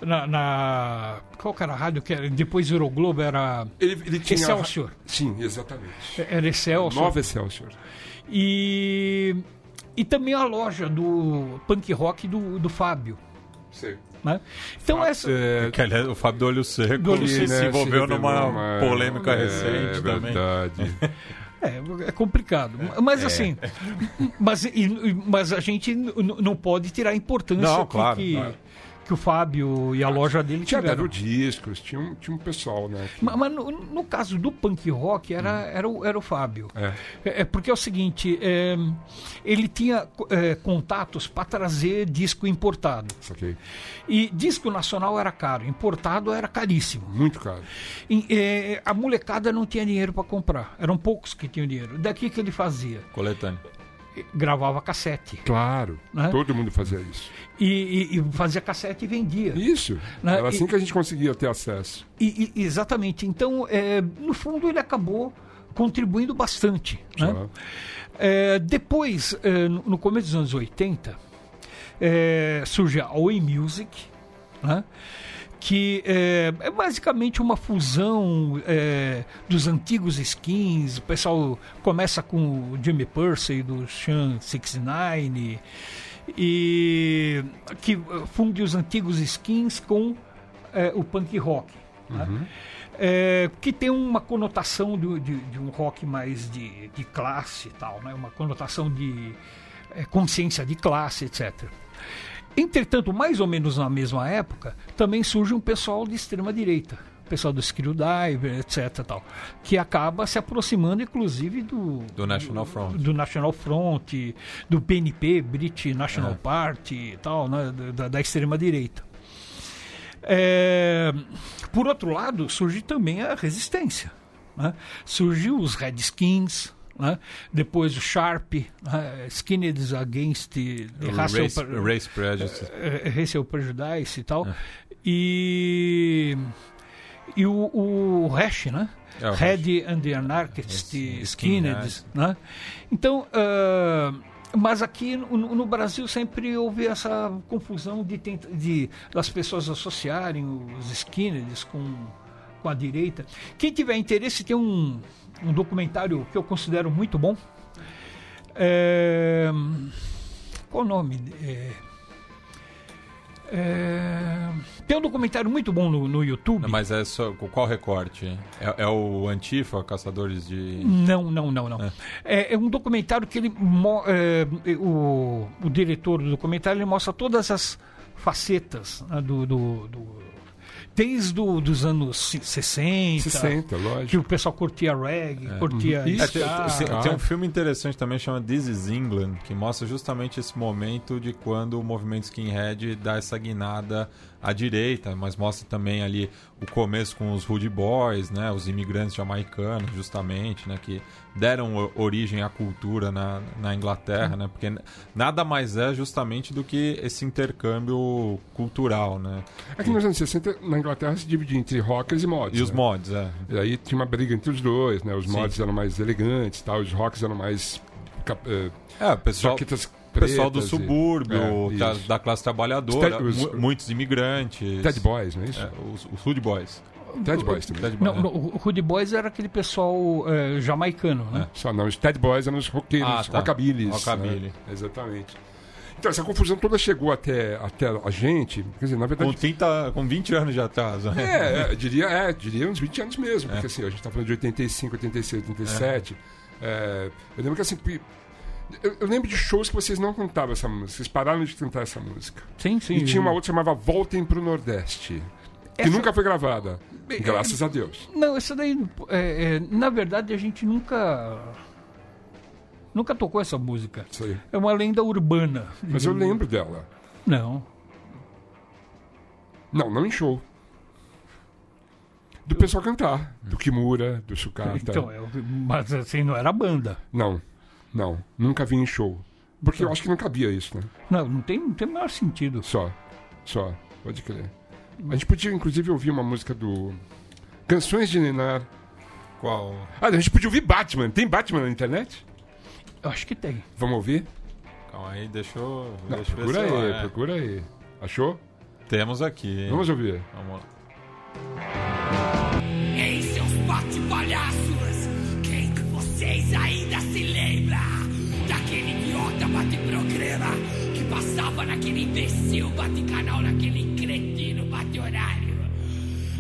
[SPEAKER 5] Na, na- Qual que era a rádio? Que era, depois virou Globo, era.
[SPEAKER 2] Ele, ele tinha.
[SPEAKER 5] Excelsior.
[SPEAKER 2] Sim, exatamente.
[SPEAKER 5] É, Era Excelsior.
[SPEAKER 2] Nova Excelsior.
[SPEAKER 5] E, e também a loja do punk rock do, do Fábio.
[SPEAKER 2] Sei.
[SPEAKER 5] Né? Então, essa.
[SPEAKER 2] É,
[SPEAKER 3] Que, aliás, o Fábio do Olho Seco
[SPEAKER 5] Do Olho
[SPEAKER 3] se,
[SPEAKER 5] Seco,
[SPEAKER 3] se
[SPEAKER 2] né,
[SPEAKER 3] envolveu
[SPEAKER 2] se
[SPEAKER 3] numa
[SPEAKER 2] numa-
[SPEAKER 3] polêmica recente
[SPEAKER 2] é,
[SPEAKER 3] também.
[SPEAKER 2] Verdade.
[SPEAKER 5] É, é complicado. Mas assim, mas, e- e- mas a gente n- n- não pode tirar a importância
[SPEAKER 3] Não,
[SPEAKER 5] que,
[SPEAKER 3] claro,
[SPEAKER 5] que,
[SPEAKER 3] claro.
[SPEAKER 5] que o Fábio e a loja dele
[SPEAKER 2] Tinha
[SPEAKER 5] tiveram.
[SPEAKER 2] Daru Discos, tinha um, tinha um pessoal, né? que-
[SPEAKER 5] Ma- Mas, no, no caso do punk rock era, era, o, era o Fábio.
[SPEAKER 2] É.
[SPEAKER 5] É, é porque é o seguinte, é, ele tinha co- é, contatos para trazer disco importado.
[SPEAKER 2] Saquei.
[SPEAKER 5] E disco nacional era caro, importado era caríssimo.
[SPEAKER 2] Muito caro.
[SPEAKER 5] E, é, a molecada não tinha dinheiro para comprar, eram poucos que tinham dinheiro. Daqui que ele fazia?
[SPEAKER 3] Coletânea.
[SPEAKER 5] Gravava cassete.
[SPEAKER 2] Claro.
[SPEAKER 5] Né?
[SPEAKER 2] Todo mundo fazia isso.
[SPEAKER 5] E, e- e fazia cassete e vendia.
[SPEAKER 2] Isso.
[SPEAKER 5] Né,
[SPEAKER 2] Era
[SPEAKER 5] e-
[SPEAKER 2] assim que a gente conseguia ter acesso.
[SPEAKER 5] E- e- exatamente. Então, é, no fundo, ele acabou contribuindo bastante. né?
[SPEAKER 2] Claro.
[SPEAKER 5] É, depois, é, no no começo dos anos 80, é, surge a Oi Music, né? que é, é basicamente uma fusão é, dos antigos skins. O pessoal começa com o Jimmy Percy do Sean 69 e que eh, funde os antigos skins com eh, o punk rock. né? É, que tem uma conotação do- de, de um rock mais de, de classe e tal, né? uma conotação de eh, consciência de classe, etc. Entretanto, mais ou menos na mesma época, também surge um pessoal de extrema direita, o pessoal do Skrillex, etc. Tal, que acaba se aproximando, inclusive, do,
[SPEAKER 3] Do National Front.
[SPEAKER 5] do National Front, do PNP, British National
[SPEAKER 3] É.
[SPEAKER 5] Party e tal, né, da, da extrema-direita. É, por outro lado, surge também a resistência. Né? Surgiu os Redskins, né? depois o Sharp, né? Skinheads Against the Racial
[SPEAKER 3] Race,
[SPEAKER 5] Pre-
[SPEAKER 3] race Prejudice.
[SPEAKER 5] é, Racial Prejudice e
[SPEAKER 3] É.
[SPEAKER 5] tal. E, e o, o Hash, né?
[SPEAKER 3] É, o Hash.
[SPEAKER 5] Red and the Anarchist
[SPEAKER 3] Esse-
[SPEAKER 5] Skinheads, né? Então, ah, mas aqui no, no- no Brasil sempre houve essa confusão de, tenta- de- das pessoas associarem os Skinheads com, com a direita. Quem tiver interesse tem um, um documentário que eu considero muito bom. É, qual o nome? É, é, tem um documentário muito bom no, no YouTube.
[SPEAKER 3] Não, mas é só. com Qual recorte? É, é o Antifa, Caçadores de.
[SPEAKER 5] Não, não, não, não. É, é um documentário que ele mo- é, o, o diretor do documentário ele mostra todas as facetas né, do, do, do- desde o- dos anos se- 60,
[SPEAKER 2] 60,
[SPEAKER 5] Então, que
[SPEAKER 2] lógico.
[SPEAKER 5] o pessoal curtia reggae, curtia
[SPEAKER 2] Uhum. Isso.
[SPEAKER 3] É, tem,
[SPEAKER 5] ska.
[SPEAKER 3] tem- tem um filme interessante também chama This is England, que mostra justamente esse momento de quando o movimento skinhead dá essa guinada à direita, mas mostra também ali o começo com os Rude Boys, né, os imigrantes jamaicanos, justamente, né, que deram o- origem à cultura na, na Inglaterra, né, porque n- nada mais é justamente do que esse intercâmbio cultural, né,
[SPEAKER 2] Aqui É nos anos 60, na Inglaterra, se dividia entre rockers e mods.
[SPEAKER 3] e os
[SPEAKER 2] né?
[SPEAKER 3] mods, é.
[SPEAKER 2] E aí tinha uma briga entre os dois, né? Os mods
[SPEAKER 3] Sim.
[SPEAKER 2] eram mais elegantes, tal, os rocks eram mais cap- eh,
[SPEAKER 3] É, o pessoal,
[SPEAKER 2] jaquetas
[SPEAKER 3] O pessoal do
[SPEAKER 2] pretas e-
[SPEAKER 3] subúrbio,
[SPEAKER 2] É,
[SPEAKER 3] da,
[SPEAKER 2] isso.
[SPEAKER 3] da classe trabalhadora,
[SPEAKER 2] Ted- os-
[SPEAKER 3] mu- muitos imigrantes.
[SPEAKER 2] Ted Boys, não é isso?
[SPEAKER 3] É, os, os Hood Boys.
[SPEAKER 2] Ted Boys também.
[SPEAKER 3] Ted Boys,
[SPEAKER 5] Não,
[SPEAKER 3] é.
[SPEAKER 5] não, o Rude Boys era aquele pessoal é, jamaicano, né?
[SPEAKER 2] Só não, os Ted Boys eram os roqueiros,
[SPEAKER 3] Ah, tá.
[SPEAKER 2] rockabilis.
[SPEAKER 3] Rockabilly.
[SPEAKER 2] né? Exatamente. Então, essa confusão toda chegou até, até a gente, quer dizer, na
[SPEAKER 3] é. Com,
[SPEAKER 2] verdade...
[SPEAKER 3] 30, com 20 anos de atraso. né?
[SPEAKER 2] É, é, eu diria, é, eu diria uns 20 anos mesmo, porque assim, a gente tá falando de 85, 86, 87. É, eu lembro que assim... que- Eu, eu lembro de shows que vocês não cantavam essa música, vocês pararam de cantar essa música.
[SPEAKER 5] Sim, sim.
[SPEAKER 2] E tinha uma outra que chamava Voltem pro Nordeste. Que
[SPEAKER 5] Essa-
[SPEAKER 2] nunca foi gravada. Graças a Deus.
[SPEAKER 5] Não, isso daí, é, é, na verdade, a gente nunca. Nunca tocou essa música.
[SPEAKER 2] Isso aí.
[SPEAKER 5] É uma lenda urbana.
[SPEAKER 2] Mas eu lembro dela.
[SPEAKER 5] Não.
[SPEAKER 2] Não, não em show. Do pessoal cantar. Do Kimura, do Sucata.
[SPEAKER 5] Então, é, mas assim, não era banda.
[SPEAKER 2] Não, não. Nunca vi
[SPEAKER 3] Tá.
[SPEAKER 2] em show. Porque eu acho que não cabia isso, né?
[SPEAKER 5] Não, não tem, não tem o menor sentido.
[SPEAKER 2] Só. Só. Pode crer. A gente podia, inclusive, ouvir uma música do. Canções de Ninar.
[SPEAKER 3] Qual?
[SPEAKER 2] Ah, a gente podia ouvir Batman. Tem Batman na internet?
[SPEAKER 5] Eu acho que tem.
[SPEAKER 2] Vamos ouvir?
[SPEAKER 3] Calma aí, deixa eu.
[SPEAKER 2] Não,
[SPEAKER 3] deixa eu ver
[SPEAKER 2] procura
[SPEAKER 3] se eu-
[SPEAKER 2] aí,
[SPEAKER 3] é.
[SPEAKER 2] procura aí. Achou?
[SPEAKER 3] Temos aqui.
[SPEAKER 2] Vamos ouvir.
[SPEAKER 3] Vamos lá.
[SPEAKER 7] Ei, seus bate palhaços! Quem de vocês ainda se lembra daquele idiota bate programa que passava naquele imbecil bate canal, naquele cretino bate horário?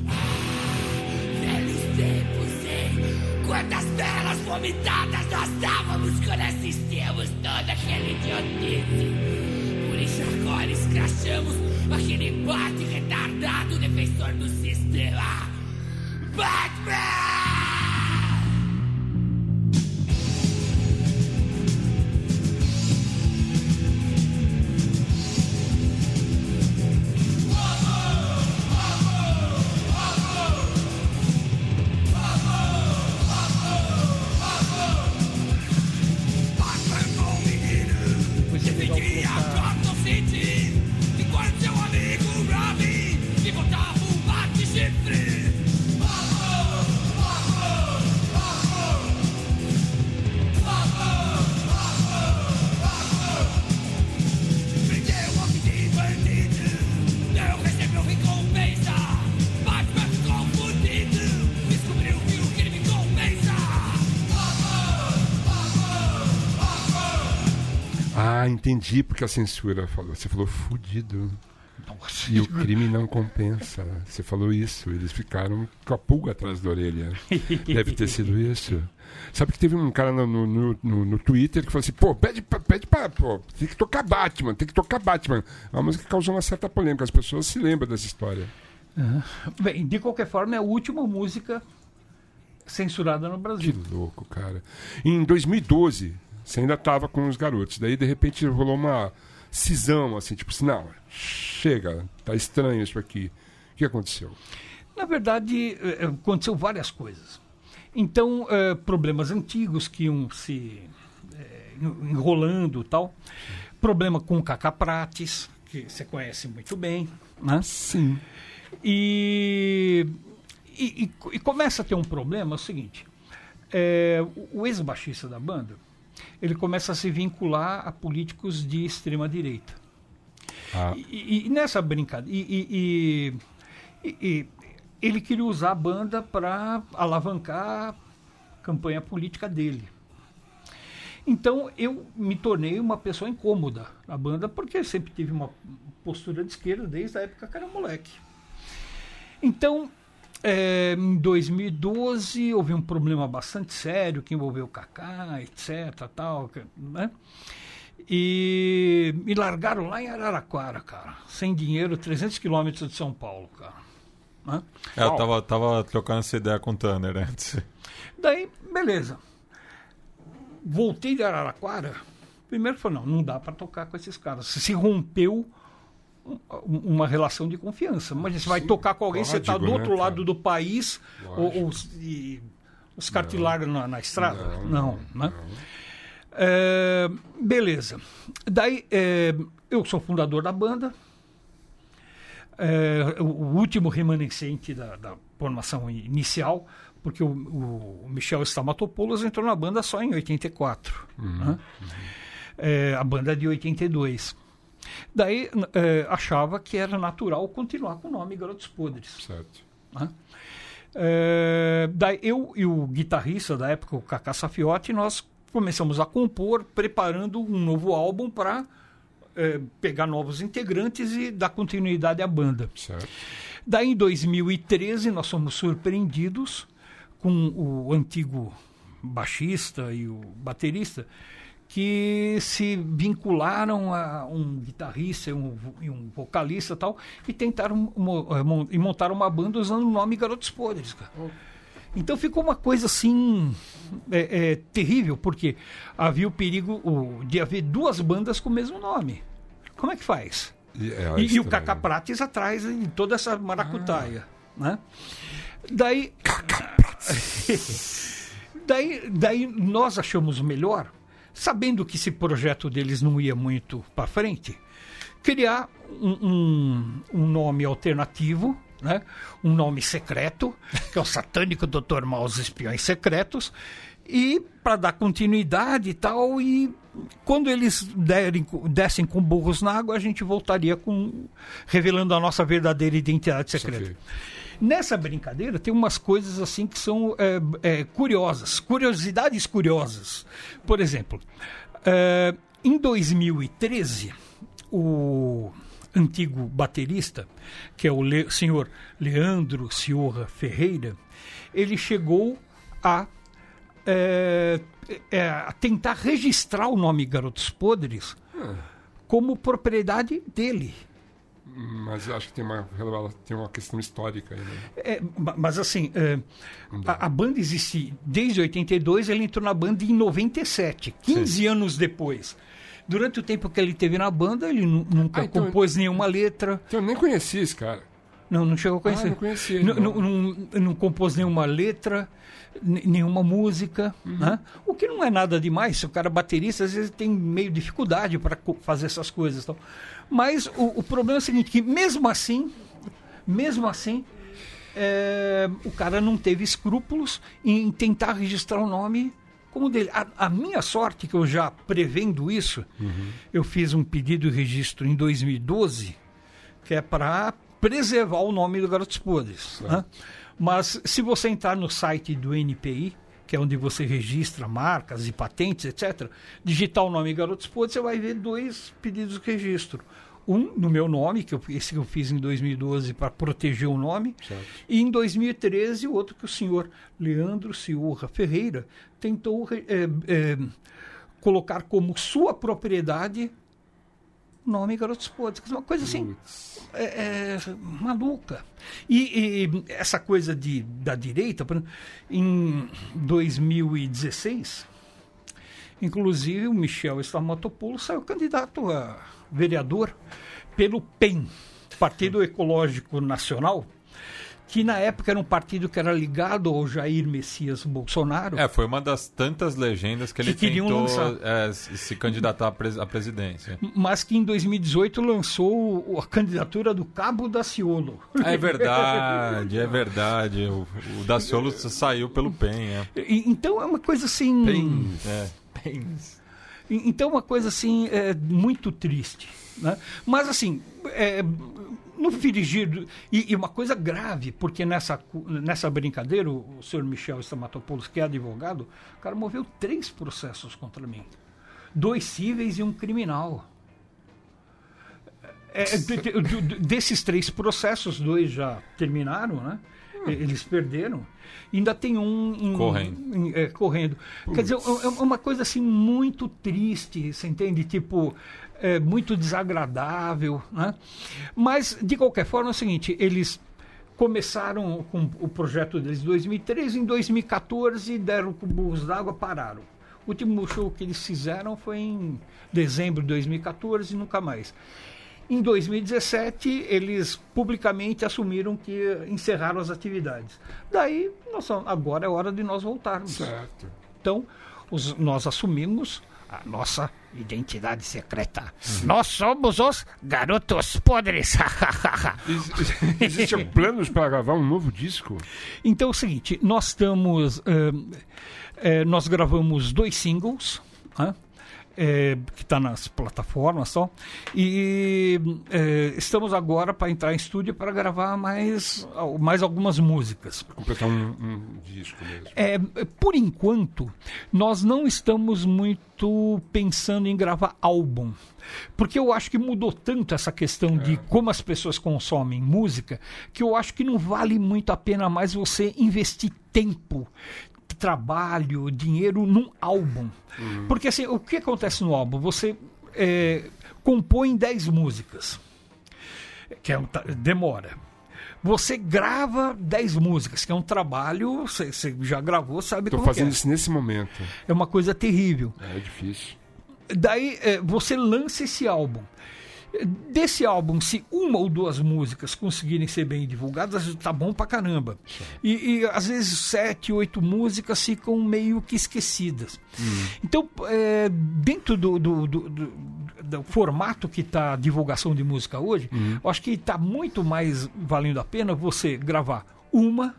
[SPEAKER 7] Ah, velhos tempos, hein? Quantas belas vomitadas nós dávamos quando assistíamos toda aquela idiotice! Por isso agora escrachamos aquele bate retardado defensor do sistema! Batman!
[SPEAKER 5] Pois é, legal.
[SPEAKER 7] Queria Gotham City Enquanto seu amigo Robin Me botava um bate-chifre Prendeu o homem de bandido Não recebeu recompensa Batman ficou fudido Descobriu que o crime compensa
[SPEAKER 2] Ah, entendi porque a censura falou. Você falou fudido.
[SPEAKER 5] Nossa.
[SPEAKER 2] E o crime não compensa. Você falou isso. Eles ficaram com a pulga atrás da orelha. Deve ter sido isso. Sabe que teve um cara no, no, no- no- no Twitter que falou assim: pô, pede, pra- pede pra. Pô, tem que tocar Batman, tem que tocar Batman. A música causou uma certa polêmica. As pessoas se lembram dessa história.
[SPEAKER 5] Bem, de qualquer forma, é a última música censurada no
[SPEAKER 2] Que
[SPEAKER 5] Brasil.
[SPEAKER 2] louco, cara. Em 2012, você ainda tava com os garotos. Daí, de repente, rolou uma cisão, assim, tipo assim, não, chega, tá estranho isso aqui. O que aconteceu?
[SPEAKER 5] Na verdade, eh, aconteceu várias coisas. Então, eh, problemas antigos que iam se eh, en- enrolando e tal. Problema com o Cacá Prates, que você conhece muito bem. Né?
[SPEAKER 2] Sim.
[SPEAKER 5] E, e, e co- e começa a ter um problema, é o seguinte. eh, o- o ex-baixista da banda, ele começa a se vincular a políticos de extrema direita.
[SPEAKER 2] Ah.
[SPEAKER 5] E- E, e nessa brincadeira. E, e- e- e- e ele queria usar a banda para alavancar a campanha política dele. Então eu me tornei uma pessoa incômoda na banda, porque eu sempre tive uma postura de esquerda desde a época que era moleque. Então, eh, em 2012, houve um problema bastante sério que envolveu o Kaká, etc. Tal, que- né? E me largaram lá em Araraquara, cara. Sem dinheiro, 300 quilômetros de São Paulo, cara. né?
[SPEAKER 3] É, eu tava, tava trocando essa ideia com o Tanner antes.
[SPEAKER 5] Daí, beleza. Voltei de Araraquara. Primeiro falou, não, não dá para tocar com esses caras. Se rompeu um- uma relação de confiança. Mas você vai tocar com alguém, você está do
[SPEAKER 2] código, né,
[SPEAKER 5] outro
[SPEAKER 2] cara?
[SPEAKER 5] lado do país, ou, ou s- e os caras te largam na, na estrada. Não, né? É, beleza. Daí, é, eu sou fundador da banda. É, o- o último remanescente da, da formação i- inicial, porque o, o Michel Stamatopoulos entrou na banda só em 84. né? É, a banda é de 82. Daí n- é, achava que era natural continuar com o nome Garotos Podres.
[SPEAKER 2] Certo.
[SPEAKER 5] Né? É, daí eu e o guitarrista da época, o Cacá Safiotti, nós começamos a compor, preparando um novo álbum para pegar novos integrantes e dar continuidade à banda.
[SPEAKER 2] Certo.
[SPEAKER 5] Daí em 2013 nós fomos surpreendidos com o antigo baixista e o baterista que se vincularam a um guitarrista e um, vo- e um vocalista e tal e tentaram mo- eh, mon- e montaram uma banda usando o nome Garotos Podres, cara. Então ficou uma coisa assim é, é, terrível porque havia o perigo o- de haver duas bandas com o mesmo nome. Como é que faz?
[SPEAKER 2] E, é,
[SPEAKER 5] E- E,
[SPEAKER 2] estranho.
[SPEAKER 5] o Cacá Prates atrás de toda essa maracutaia, né? Daí... daí, daí nós achamos melhor, sabendo que esse projeto deles não ia muito para frente, criar um, um, um nome alternativo, né? um nome secreto, que é o satânico Dr. Maus Espiões Secretos, e para dar continuidade e tal, e quando eles derem, co- dessem com burros na água, a gente voltaria com revelando a nossa verdadeira identidade secreta.
[SPEAKER 2] Saquei.
[SPEAKER 5] Nessa brincadeira tem umas coisas assim que são é, é, curiosas, curiosidades curiosas. Por exemplo, é, em 2013, o antigo baterista, que é o Le- senhor Leandro Ciorra Ferreira, ele chegou a é, é, a tentar registrar o nome Garotos Podres como propriedade dele.
[SPEAKER 2] Mas eu acho que tem uma, rela- tem uma questão histórica aí, né?
[SPEAKER 5] É, ma- mas assim, é, a, a banda existe desde 82, ele entrou na banda em 97, 15 anos depois. Durante o tempo que ele teve na banda, ele nu- nunca
[SPEAKER 2] Ah, então-
[SPEAKER 5] compôs nenhuma letra.
[SPEAKER 2] Então, eu nem conheci esse cara.
[SPEAKER 5] Não, não chegou a conhecer.
[SPEAKER 2] Ah, não conhecia ele,
[SPEAKER 5] Não, não, não- não compôs nenhuma letra, n- nenhuma música,
[SPEAKER 2] Uhum.
[SPEAKER 5] né? O que não é nada demais. Se o cara é baterista, às vezes tem meio dificuldade para fazer essas coisas. e Tal. Mas o, o problema é o seguinte, que mesmo assim, mesmo assim, é, o cara não teve escrúpulos em tentar registrar o nome como dele. A, a minha sorte, que eu já prevendo isso,
[SPEAKER 2] Uhum.
[SPEAKER 5] eu fiz um pedido de registro em 2012, que é para preservar o nome do Garotos Podres. né? Mas se você entrar no site do NPI, que é onde você registra marcas e patentes, etc., digitar o nome Garotos Podres, você vai ver dois pedidos de registro. Um no meu nome, que eu, esse que eu fiz em 2012 para proteger o nome, e em 2013 o outro que o senhor Leandro Ciurra Ferreira tentou re- eh, eh, colocar como sua propriedade o nome Garotos Podres. Uma coisa assim é, é, maluca. E, e essa coisa de, da direita, por exemplo, em 2016, inclusive o Michel Stamatopoulos saiu candidato a vereador pelo PEN, Partido Ecológico Nacional, que na época era um partido que era ligado ao Jair Messias Bolsonaro.
[SPEAKER 3] É, foi uma das tantas legendas que ele
[SPEAKER 5] Que queriam
[SPEAKER 3] tentou
[SPEAKER 5] lançar.
[SPEAKER 3] é, se se candidatar à, pres- à presidência.
[SPEAKER 5] Mas que em 2018 lançou o- a candidatura do Cabo Daciolo.
[SPEAKER 3] É verdade, é verdade. O, o Daciolo saiu pelo PEN, é.
[SPEAKER 5] E- Então é uma coisa assim.
[SPEAKER 3] é.
[SPEAKER 5] E- Então, uma coisa assim, é, muito triste. Né? Mas, assim, é, no frigir. do- E, e uma coisa grave, porque nessa, cu- nessa brincadeira, o, o senhor Michel Stamatopoulos, que é advogado, o cara moveu três processos contra mim: dois cíveis e um criminal. É, de- de- do- do- desses três processos, dois já terminaram, né? E- Eles perderam. Ainda tem um em-
[SPEAKER 3] Correndo.
[SPEAKER 5] em- é, correndo. Quer dizer, é é uma coisa assim muito triste, você entende? Tipo, é, muito desagradável, né? Mas, de qualquer forma, é o seguinte, eles começaram com o projeto deles em 2013, em 2014 deram com burros d'água, pararam. O último show que eles fizeram foi em dezembro de 2014 e nunca mais. Em 2017, eles publicamente assumiram que encerraram as atividades. Daí, nós falamos, agora é hora de nós voltarmos.
[SPEAKER 2] Certo.
[SPEAKER 5] Então, os- nós assumimos a nossa identidade secreta. Nós somos os garotos podres.
[SPEAKER 2] Ex- ex- Existem planos para gravar um novo disco?
[SPEAKER 5] então é o seguinte, nós estamos. ãh, eh, nós gravamos dois singles. né? Eh, que está nas plataformas só. E eh, estamos agora para entrar em estúdio para gravar mais, al- mais algumas músicas.
[SPEAKER 2] Completar um, um disco mesmo.
[SPEAKER 5] É, por enquanto, nós não estamos muito pensando em gravar álbum. Porque eu acho que mudou tanto essa questão de como as pessoas consomem música, que eu acho que não vale muito a pena mais você investir tempo, trabalho, dinheiro num álbum. Porque assim, o que acontece no álbum? Você é, compõe 10 músicas que é um ta- demora. Você grava 10 músicas, que é um trabalho, você já gravou, sabe
[SPEAKER 2] Estou
[SPEAKER 5] como
[SPEAKER 2] fazendo
[SPEAKER 5] que é.
[SPEAKER 2] isso nesse momento.
[SPEAKER 5] É uma coisa terrível.
[SPEAKER 2] É difícil.
[SPEAKER 5] Daí eh, você lança esse álbum. Eh, Desse álbum, se uma ou duas músicas conseguirem ser bem divulgadas, tá bom pra caramba. E, e, às vezes sete, oito músicas ficam é, meio que esquecidas. Então, eh, dentro do, do- do- do- da- do formato que está a divulgação de música hoje, eu acho que está muito mais valendo a pena você gravar uma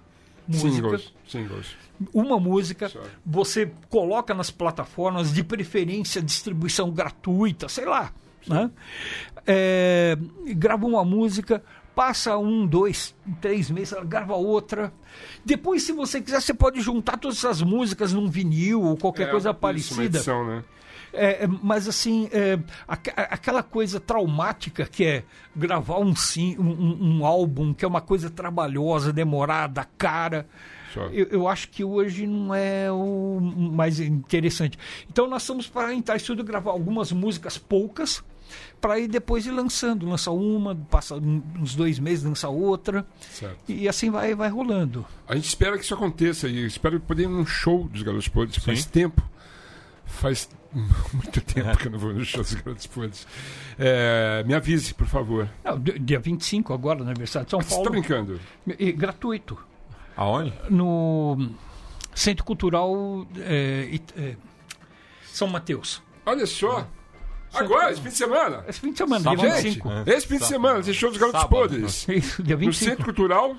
[SPEAKER 5] música
[SPEAKER 2] Singles, singles.
[SPEAKER 5] uma música, você coloca nas plataformas, de preferência distribuição gratuita, sei lá. Né? É, grava uma música, passa um, dois, três meses, ela grava outra. Depois, se você quiser, você pode juntar todas essas músicas num vinil ou qualquer
[SPEAKER 2] É,
[SPEAKER 5] coisa
[SPEAKER 2] isso, Uma
[SPEAKER 5] parecida.
[SPEAKER 2] edição, né?
[SPEAKER 5] É, é, mas assim, é, aqu- a- aquela coisa traumática que é gravar um, sim, um- um, um álbum, que é uma coisa trabalhosa, demorada, cara.
[SPEAKER 2] Só.
[SPEAKER 5] Eu, eu acho que hoje não é o mais interessante. Então nós estamos para entrar em estúdio e gravar algumas músicas poucas para ir depois ir lançando. Lança uma, passa um- uns dois meses, lança outra.
[SPEAKER 2] Certo.
[SPEAKER 5] E assim vai, vai rolando.
[SPEAKER 2] A gente espera que isso aconteça e espero poder ir num show dos Garotos Podres. Faz tempo. Faz muito tempo que eu não vou no show dos Garotos Podres. É, me avise, por favor.
[SPEAKER 5] Não, di- dia 25 agora, na Universidade de São
[SPEAKER 2] Você
[SPEAKER 5] Paulo.
[SPEAKER 2] tá brincando?
[SPEAKER 5] E gratuito.
[SPEAKER 3] Aonde?
[SPEAKER 5] no Centro Cultural é, It- é, São Mateus.
[SPEAKER 2] Olha só.
[SPEAKER 5] É.
[SPEAKER 2] Agora, esse fim de semana.
[SPEAKER 5] Esse fim de semana,
[SPEAKER 3] Sábado.
[SPEAKER 5] dia
[SPEAKER 2] Gente,
[SPEAKER 5] 25.
[SPEAKER 2] esse fim de semana tem show dos Garotos
[SPEAKER 3] Sábado.
[SPEAKER 2] Podres.
[SPEAKER 5] Isso, dia
[SPEAKER 2] No É. Centro
[SPEAKER 5] 25.
[SPEAKER 2] Cultural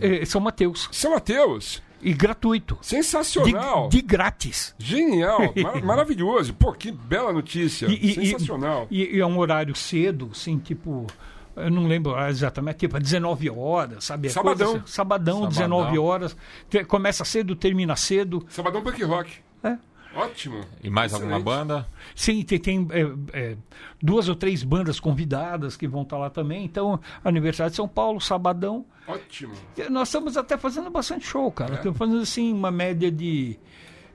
[SPEAKER 5] É, São Mateus.
[SPEAKER 2] São Mateus.
[SPEAKER 5] E gratuito. De,
[SPEAKER 2] Sensacional.
[SPEAKER 5] de grátis.
[SPEAKER 2] Genial. Mar- maravilhoso. Pô, que bela notícia.
[SPEAKER 5] E- e- e-
[SPEAKER 2] Sensacional.
[SPEAKER 5] E, e é um horário cedo, assim, tipo. Eu não lembro exatamente, tipo, é 19 horas, sabe? É
[SPEAKER 2] Sabadão.
[SPEAKER 5] coisa assim, sabadão,
[SPEAKER 3] Sabadão.
[SPEAKER 5] 19 horas. Te- Começa cedo, termina cedo.
[SPEAKER 2] Sabadão Punk Rock.
[SPEAKER 5] É.
[SPEAKER 2] Ótimo.
[SPEAKER 3] E mais
[SPEAKER 2] Excelente.
[SPEAKER 3] alguma banda?
[SPEAKER 5] Sim, tem, tem, é, é, duas ou três bandas convidadas que vão estar lá também. Então, Aniversário de São Paulo, sabadão.
[SPEAKER 2] Ótimo.
[SPEAKER 5] Nós estamos até fazendo bastante show, cara. Estamos fazendo assim uma média de.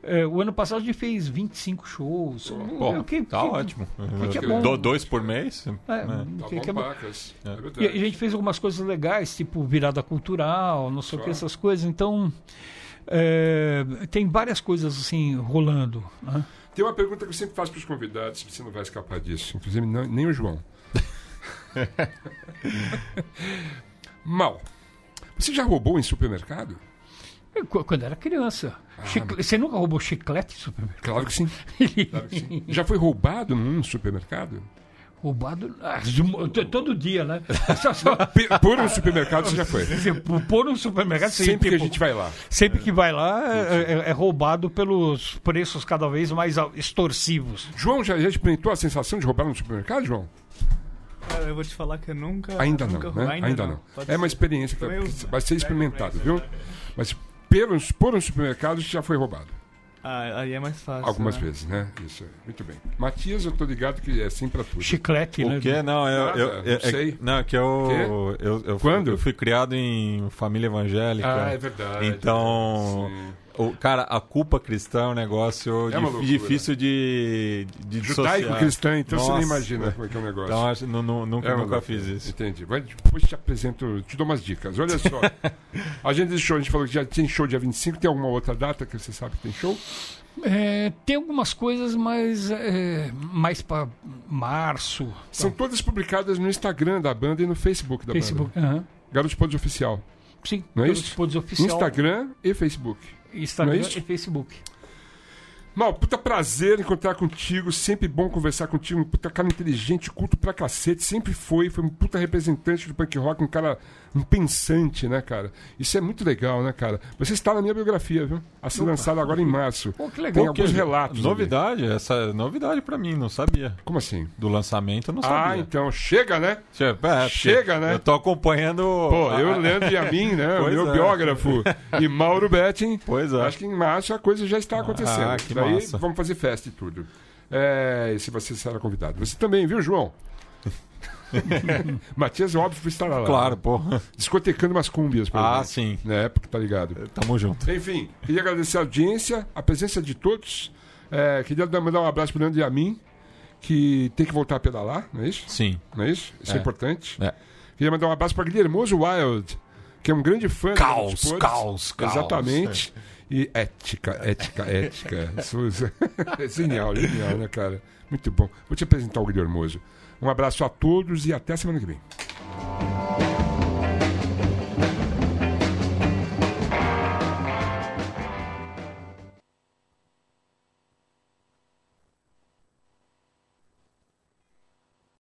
[SPEAKER 5] eh, o ano passado a gente fez 25 shows.
[SPEAKER 2] É,
[SPEAKER 3] Pô,
[SPEAKER 5] Eu- que-
[SPEAKER 3] tá
[SPEAKER 5] que-
[SPEAKER 3] ótimo.
[SPEAKER 5] que- que é
[SPEAKER 3] Eu
[SPEAKER 5] bom.
[SPEAKER 3] Dou dois por mês?
[SPEAKER 5] É,
[SPEAKER 3] né?
[SPEAKER 2] Tá
[SPEAKER 5] que-
[SPEAKER 2] bom,
[SPEAKER 5] que é bom.
[SPEAKER 2] pacas. É verdade.
[SPEAKER 5] E a gente fez algumas coisas legais, tipo virada cultural, não sei o que,
[SPEAKER 2] Claro.
[SPEAKER 5] essas coisas. Então, eh, tem várias coisas assim rolando. né?
[SPEAKER 2] Tem uma pergunta que eu sempre faço para os convidados, você não vai escapar disso, inclusive não- nem o João. Mal, você já roubou em supermercado?
[SPEAKER 5] Eu, qu- Quando era criança.
[SPEAKER 2] Ah.
[SPEAKER 5] Chicle- Você nunca roubou chiclete em supermercado?
[SPEAKER 2] Claro que sim. Já foi roubado num supermercado?
[SPEAKER 5] Roubado. ah, de mo- t- todo dia, né? Só- só-
[SPEAKER 2] Pe- Por um supermercado você já foi.
[SPEAKER 5] você pôr um supermercado você-
[SPEAKER 2] Sempre que a
[SPEAKER 5] tipo,
[SPEAKER 2] gente vai lá.
[SPEAKER 5] Sempre que vai lá, é, é- é roubado pelos preços cada vez mais a- extorsivos.
[SPEAKER 2] João, já, já experimentou a sensação de roubar num supermercado, João?
[SPEAKER 8] Cara, eu vou te falar que eu nunca.
[SPEAKER 2] Ainda não,
[SPEAKER 8] nunca
[SPEAKER 2] né?
[SPEAKER 8] Ainda, não. Pode
[SPEAKER 2] É uma
[SPEAKER 8] ser.
[SPEAKER 2] experiência que
[SPEAKER 8] Também eu-
[SPEAKER 2] vai ser experimentado, viu? Mas pelos, por um supermercado você já foi roubado.
[SPEAKER 8] Ah, aí é mais fácil.
[SPEAKER 2] Algumas
[SPEAKER 8] né?
[SPEAKER 2] vezes, né? Isso, muito bem. Matias, eu tô ligado que é sempre pra tudo.
[SPEAKER 5] Chiclete, né?
[SPEAKER 3] O
[SPEAKER 2] é?
[SPEAKER 3] quê? É. Não, eu.
[SPEAKER 2] Nada,
[SPEAKER 3] eu, eu-
[SPEAKER 2] não sei.
[SPEAKER 3] é, não, é que eu, eu, eu.
[SPEAKER 2] Quando?
[SPEAKER 3] Eu fui criado em família evangélica.
[SPEAKER 2] Ah, é verdade.
[SPEAKER 3] né? Então,
[SPEAKER 2] Sim.
[SPEAKER 3] o, cara, a culpa cristã é um negócio
[SPEAKER 2] É uma
[SPEAKER 3] dif-
[SPEAKER 2] loucura.
[SPEAKER 3] difícil de, de dissociar.
[SPEAKER 2] Judaico-cristão, então você nem
[SPEAKER 3] Nossa.
[SPEAKER 2] imagina como é que é o negócio.
[SPEAKER 3] Então, acho, nu- nu- nunca,
[SPEAKER 2] É uma
[SPEAKER 3] nunca
[SPEAKER 2] loucura.
[SPEAKER 3] fiz isso.
[SPEAKER 2] Entendi. Vai, depois te apresento, te dou umas dicas. Olha só. a gente deixou, a gente falou que já tem show dia 25. Tem alguma outra data que você sabe que tem show?
[SPEAKER 3] Tá.
[SPEAKER 5] É, tem algumas coisas, mas é, mais para março,
[SPEAKER 2] São todas publicadas no Instagram da banda e no Facebook da banda.
[SPEAKER 5] Facebook. aham.
[SPEAKER 2] Garotos Podes Oficial.
[SPEAKER 5] Sim,
[SPEAKER 2] é Não é
[SPEAKER 5] pelos
[SPEAKER 2] isso?
[SPEAKER 5] podes
[SPEAKER 3] um
[SPEAKER 5] oficial,
[SPEAKER 2] Instagram e Facebook.
[SPEAKER 5] Instagram
[SPEAKER 2] não é isso?
[SPEAKER 5] e Facebook.
[SPEAKER 2] Mal, puta prazer encontrar contigo, sempre bom conversar contigo, um puta cara inteligente, culto pra cacete, sempre foi, foi um puta representante do punk rock, um cara, um pensante, né, cara? Isso é muito legal, né, cara? Você está na minha biografia, viu? A ser lançada agora em março.
[SPEAKER 5] Pô, que
[SPEAKER 2] Tem
[SPEAKER 5] legal.
[SPEAKER 2] alguns relatos. ali.
[SPEAKER 3] Novidade, essa é novidade pra mim, não sabia.
[SPEAKER 2] Como assim?
[SPEAKER 3] Do lançamento, eu não
[SPEAKER 2] Ah,
[SPEAKER 3] sabia.
[SPEAKER 2] então, chega, né?
[SPEAKER 3] Tipo, é,
[SPEAKER 2] Chega, né?
[SPEAKER 3] Eu tô acompanhando.
[SPEAKER 2] Pô,
[SPEAKER 3] a-
[SPEAKER 2] eu, Leandro e a mim, né? O
[SPEAKER 3] Pois
[SPEAKER 2] meu
[SPEAKER 3] é.
[SPEAKER 2] biógrafo e Mauro Betting.
[SPEAKER 3] Pois é.
[SPEAKER 2] Acho que em março a coisa já está acontecendo.
[SPEAKER 3] Ah, que
[SPEAKER 2] Daí
[SPEAKER 3] massa.
[SPEAKER 2] vamos fazer festa e tudo. É, e se você será convidado. Você também, viu, João? Matias, óbvio, estará lá.
[SPEAKER 3] Claro, pô.
[SPEAKER 2] Discotecando umas cúmbias, por
[SPEAKER 3] Ah,
[SPEAKER 2] exemplo.
[SPEAKER 3] sim.
[SPEAKER 2] é. Né? Porque tá ligado.
[SPEAKER 3] Tamo junto.
[SPEAKER 2] Enfim, queria agradecer a audiência, a presença de todos. É, queria dar- mandar um abraço pro Leandro e a mim, que tem que voltar a pedalar, não é isso?
[SPEAKER 3] Sim.
[SPEAKER 2] Não é isso? Isso é,
[SPEAKER 3] É.
[SPEAKER 2] importante.
[SPEAKER 3] É.
[SPEAKER 2] Queria mandar um abraço para Guilhermoso Wild, que é um grande fã do
[SPEAKER 3] Caos,
[SPEAKER 2] Garotos Podres.
[SPEAKER 3] caos, caos. É.
[SPEAKER 2] Exatamente. E ética, ética, ética. Isso- isso- é genial, genial, né, cara? Muito bom. Vou te apresentar o Guilhermoso. Um abraço a todos e até semana que vem.